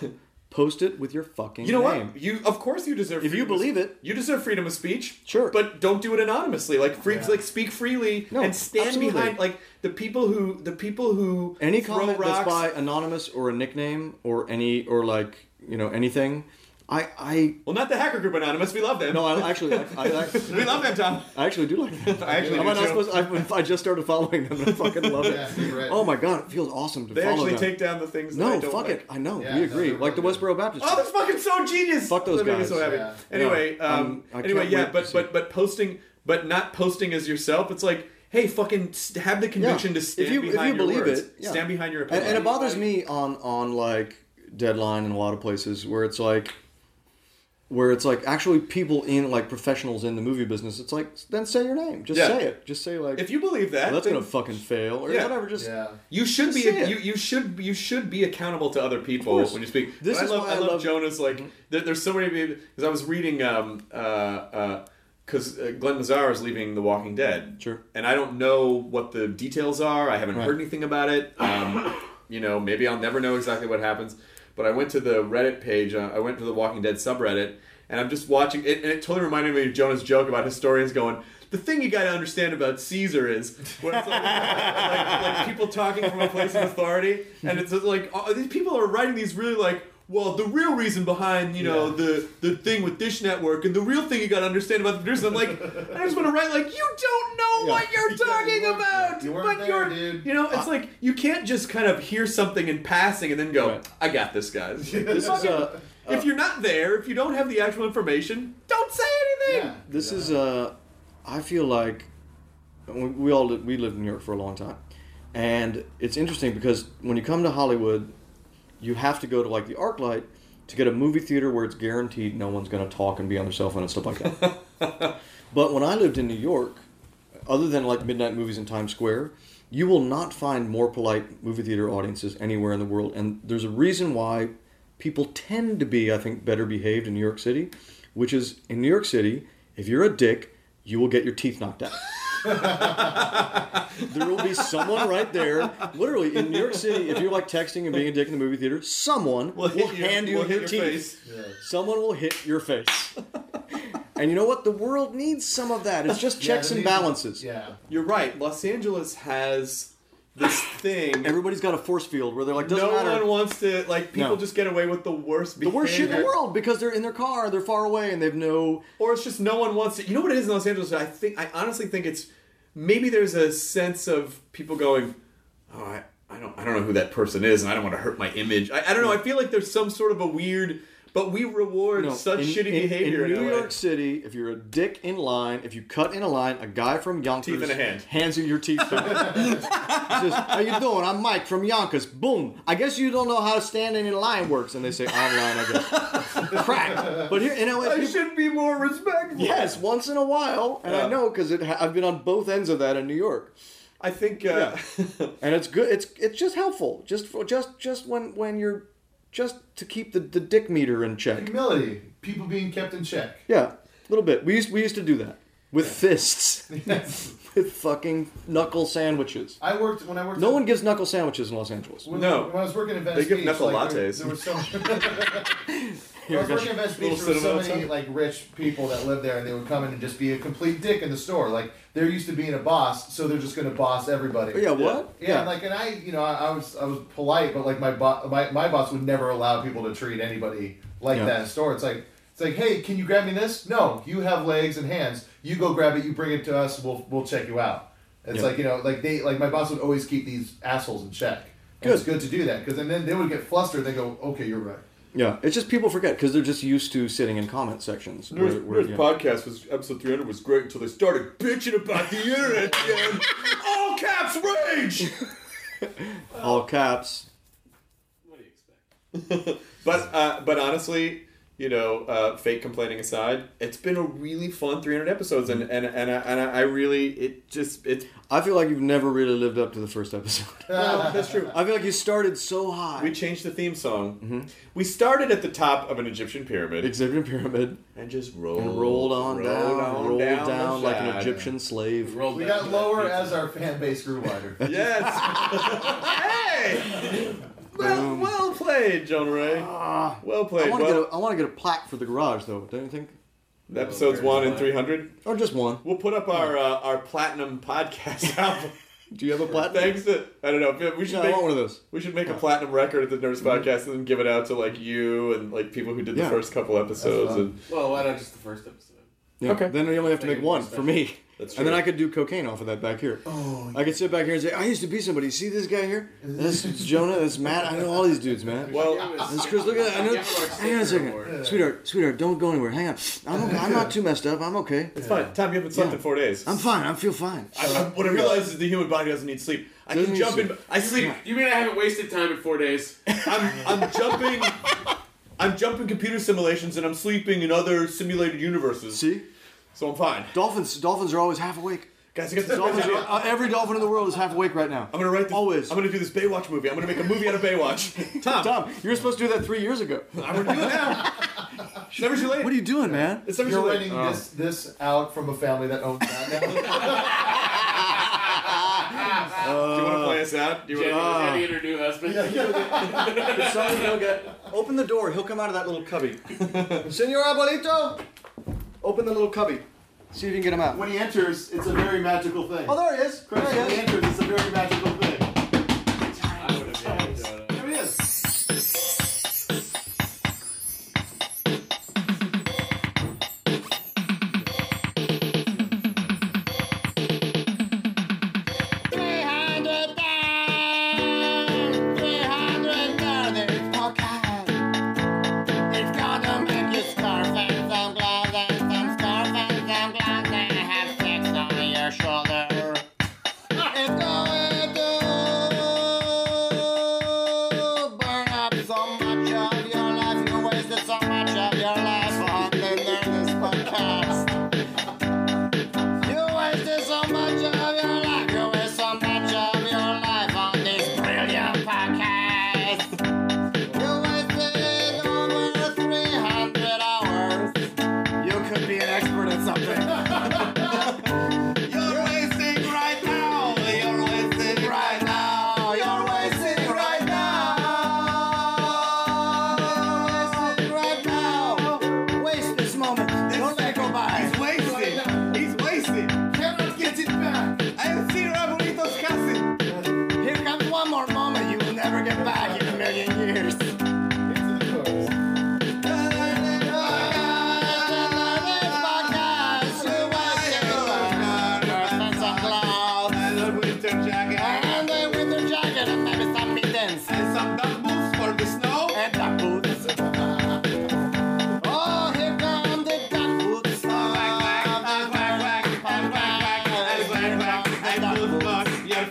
H: post it with your fucking.
E: You know
H: name.
E: what? You of course you deserve.
H: If you
E: freedom of-
H: believe it.
E: you deserve freedom of speech.
H: Sure,
E: but don't do it anonymously. Like free,
H: Yeah.
E: like speak freely
H: No,
E: and stand
H: absolutely.
E: behind. Like the people who the people who
H: Any
E: throw
H: comment
E: rocks,
H: that's by anonymous or a nickname or any or like you know anything, I I
E: well not the hacker group anonymous. We love them.
H: No, I actually I, I, I,
E: we love them, Tom.
H: I actually do like them.
E: I actually
H: am
E: do
H: I not
E: too.
H: supposed? I, I just started following them and I fucking love it. Oh my god, it feels awesome to
E: They
H: follow
E: actually
H: them.
E: take down the things. that
H: No,
E: I don't
H: fuck
E: like.
H: it. I know. we agree. like the Westboro Baptist.
E: Oh, that's fucking so genius.
H: Fuck those
E: That made me
H: guys.
E: so happy.
H: Yeah.
E: Anyway,
H: Yeah.
E: um,
H: Um, I
E: anyway,
H: can't
E: yeah,
H: wait
E: but but but posting, but not posting as yourself. It's like, hey, fucking st- have the conviction to stand
H: if you,
E: behind
H: if you
E: your
H: believe
E: words.
H: it, yeah.
E: Stand behind your
H: And-
E: opinion.
H: And, it bothers me on on like deadline in a lot of places where it's like where it's like actually people in like professionals in the movie business. It's like then say your name. Just
E: Yeah.
H: say it. Just say like
E: If you believe that,
H: "Well, that's
E: then-
H: gonna fucking fail or whatever. Just
E: you should
H: just
E: be
H: say it.
E: you, you should you should be accountable to other people
H: course.
E: when you speak.
H: This
E: But
H: is
E: I love
H: why I
E: I love
H: love-
E: Jonas. Like there, there's so many because I was reading um uh uh because uh, Glenn Mazar is leaving The Walking Dead. Sure. And I don't know what the details are. I haven't
H: Right.
E: heard anything about it. Um, you know, maybe I'll never know exactly what happens. But I went to the Reddit page. Uh, I went to the Walking Dead subreddit, and I'm just watching. It, and it totally reminded me of Jonah's joke about historians going. The thing you got to understand about Caesar is when it's like, like, like people talking from a place of authority, and it's just like oh, these people are writing these really like. Well, the real reason behind you know the the thing with Dish Network and the real thing you got to understand about the producers, I'm like, I just want to write like you don't know
F: Yeah.
E: what you're
F: Yeah, you
E: talking
F: weren't-
E: about,
F: you weren't
E: but
F: there,
E: you're
F: dude.
E: you know it's like you can't just kind of hear something in passing and then go, I got this, guys.
H: This is, uh,
E: if you're not there, if you don't have the actual information, don't say anything.
H: This is uh, I feel like we, we all li- we lived in New York for a long time, and it's interesting because when you come to Hollywood, you have to go to like the ArcLight to get a movie theater where it's guaranteed no one's going to talk and be on their cell phone and stuff like that. but when I lived in New York, other than like midnight movies in Times Square, you will not find more polite movie theater audiences anywhere in the world. And there's a reason why people tend to be, I think, better behaved in New York City, which is in New York City, if you're a dick, you will get your teeth knocked out. there will be someone right there, literally in New York City. If you're like texting and being a dick in the movie theater, someone will,
E: hit you.
H: hand you
E: Will hit
H: your
E: your
H: teeth. Someone will hit your face. and you know what? The world needs some of that. It's just
E: Yeah,
H: checks
E: they
H: and
E: need-
H: balances.
F: Yeah.
E: You're right. Los Angeles has this thing.
H: Everybody's got a force field where they're like, doesn't
E: no
H: matter.
E: one wants to like people
H: No.
E: just get away with the worst
H: the worst shit in the
E: behavior.
H: world because they're in their car, they're far away, and they've no.
E: or it's just no one wants to. You know what it is in Los Angeles? I think I honestly think it's maybe there's a sense of people going, oh, I, I don't I don't know who that person is, and I don't want to hurt my image. I, I don't know. I feel like there's some sort of a weird, but we reward
H: no.
E: such
H: In-
E: shitty
H: in-
E: behavior
H: in,
E: in,
H: New
E: LA.
H: York City. If you're a dick in line, if you cut in a line, a guy from Yonkers
E: Teeth in a hand.
H: hands you your teeth. back. He says, "How you doing? I'm Mike from Yonkers. Boom. I guess you don't know how standing in line works." And they say, "Online, I guess." Crap. But here in LA,
E: I
H: people-
E: should be more respectful.
H: Yes, once in a while, and
E: Yeah.
H: I know because ha- I've been on both ends of that in New York.
E: I think, uh,
H: and it's good. It's it's just helpful. Just for, just just when when you're just to keep the, the dick meter in check.
F: Humility. People being kept in check.
H: Yeah, a little bit. We used we used to do that with fists, with fucking knuckle sandwiches.
F: I worked when I worked.
H: No one gives knuckle sandwiches in Los Angeles.
F: When, When I was working in Venice Beach, like, there- There, was some. I was working in Venice Beach. There were so many like rich people that lived there, and they would come in and just be a complete dick in the store. Like they're used to being a boss, so they're just going to boss everybody.
H: Oh, Yeah, what?
F: Yeah, and, like and I, you know, I, I was I was polite, but like my bo- my my boss would never allow people to treat anybody like
H: Yeah.
F: that in a store. It's like it's like, hey, can you grab me this? No, you have legs and hands. You go grab it. You bring it to us. We'll we'll check you out. It's
H: Yeah.
F: like you know, like they like my boss would always keep these assholes in check. And It's good to do that because then they would get flustered. They go, okay, you're right.
H: Yeah, it's just people forget because they're just used to sitting in comment sections.
E: Nerds,
H: where- where-
E: Nerds
H: yeah.
E: podcast was episode 300 was great until they started bitching about the internet again. All caps rage.
H: All caps.
E: But uh, but honestly, you know, uh, fake complaining aside, it's been a really fun 300 episodes, and and and I, and I really it just it's.
H: I feel like you've never really lived up to the first episode.
E: Well, that's true.
H: I feel like you started so high.
E: We changed the theme song.
H: Mm-hmm.
E: We started at the top of an Egyptian pyramid.
H: Egyptian pyramid.
E: And just rolled,
H: And rolled on down, rolled down
E: the
H: like an
E: side.
H: Egyptian slave.
F: We got lower as our fan base grew wider.
E: yes. hey. Well, well played, John Ray. well played.
H: Ah, I
E: Well-
H: want to get a, I want to get a plaque for the garage though. Don't you think?
E: The episodes one and three hundred,
H: or just one.
E: We'll put up our uh, our platinum podcast album.
H: Do you have a platinum?
E: Thanks. To, I don't know. We should
H: No, I
E: make
H: want one of those.
E: We should make a platinum record at the Nerds Podcast and then give it out to like you and like people who did
H: Mm-hmm. Yeah.
E: the first couple episodes. And
D: Well, why not just the first episode?
H: Yeah. Okay. Then you only have to make one for me.
E: That's
H: And then
E: true.
H: I could do cocaine off of that back here.
F: Oh,
H: I could sit back here and say, I used to be somebody. See this guy here? This is Jonah. This is Matt. I know all these dudes, man.
E: Well,
H: this is Chris. Look at that. I know. Hang on a second, sweetheart. Sweetheart, don't go anywhere. Hang on. I'm okay. I'm not too messed up. I'm okay.
E: it's fine. Tom, you haven't slept
H: Yeah.
E: in four days.
H: I'm fine. I feel fine.
E: I, I, what I realize is the human body doesn't need sleep. I
H: Doesn't
E: can
H: need
E: jump in.
H: sleep.
E: I sleep.
D: You mean I haven't wasted time in four days?
E: I'm I'm jumping. I'm jumping computer simulations and I'm sleeping in other simulated universes.
H: See?
E: So I'm fine.
H: Dolphins. Dolphins are always half awake.
E: Guys, I got this
H: Dolphins
E: idea.
H: are, uh, every dolphin in the world is half awake right now.
E: I'm gonna write this.
H: Always.
E: I'm gonna do this Baywatch movie. I'm gonna make a movie out of Baywatch. Tom,
H: Tom, you were supposed to do that three years ago.
E: I'm gonna do it now. It's never too late.
H: What are you doing, man?
E: It's never
F: You're
E: too late.
F: renting this
O: Oh.
F: this out from a family that owns that now.
E: do you want to play us out? Do you
D: Jenny,
E: want
D: Jenny and her new husband.
H: Son, he'll get- open the door. He'll come out of that little cubby. Senor Abuelito, open the little cubby. See if you can get him out.
O: When he enters, it's a very magical thing.
H: Oh, there he is.
O: Chris, when
H: There he
O: he
H: is.
O: enters, it's a very magical thing.
D: There
O: he is.
H: You could be an expert at something.
P: You're wasting right now. You're wasting right now. You're wasting right now. You're wasting right now. Waste this moment. Don't let it go by. He's wasted. He's wasted. Cannot get it back. I see Rabolito's cousin. Here comes one more moment you will never get back in a million years.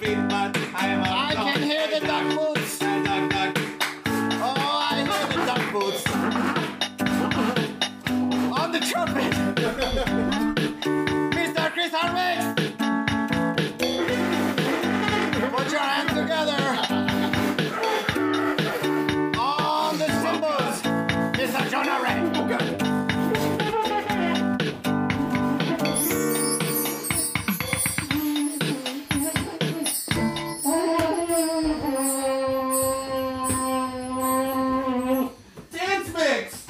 P: I can hear the duck boots. Oh, I hear the duck boots. On the trumpet. Mr. Chris Harvick. Put your hands together. On the cymbals. Mr. Jonah Ray.
M: Dance mix!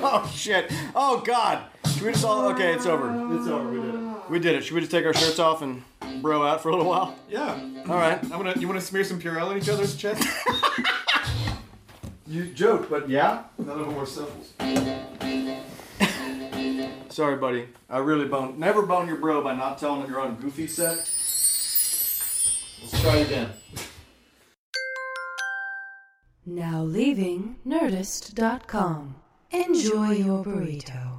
F: Uh-huh.
H: shit. Oh God. Should we just all? Okay, it's over.
F: It's over. We did it.
H: We did it. Should we just take our shirts off and bro out for a little while?
E: Yeah.
H: All right.
E: I'm gonna. You want to smear some Purell in each other's chest?
F: You joked, but yeah, none of them were symbols.
H: Sorry, buddy. I really bone. Never bone your bro by not telling him you're on a goofy set.
F: Let's try it again.
B: Now leaving Nerdist.com. Enjoy your burrito.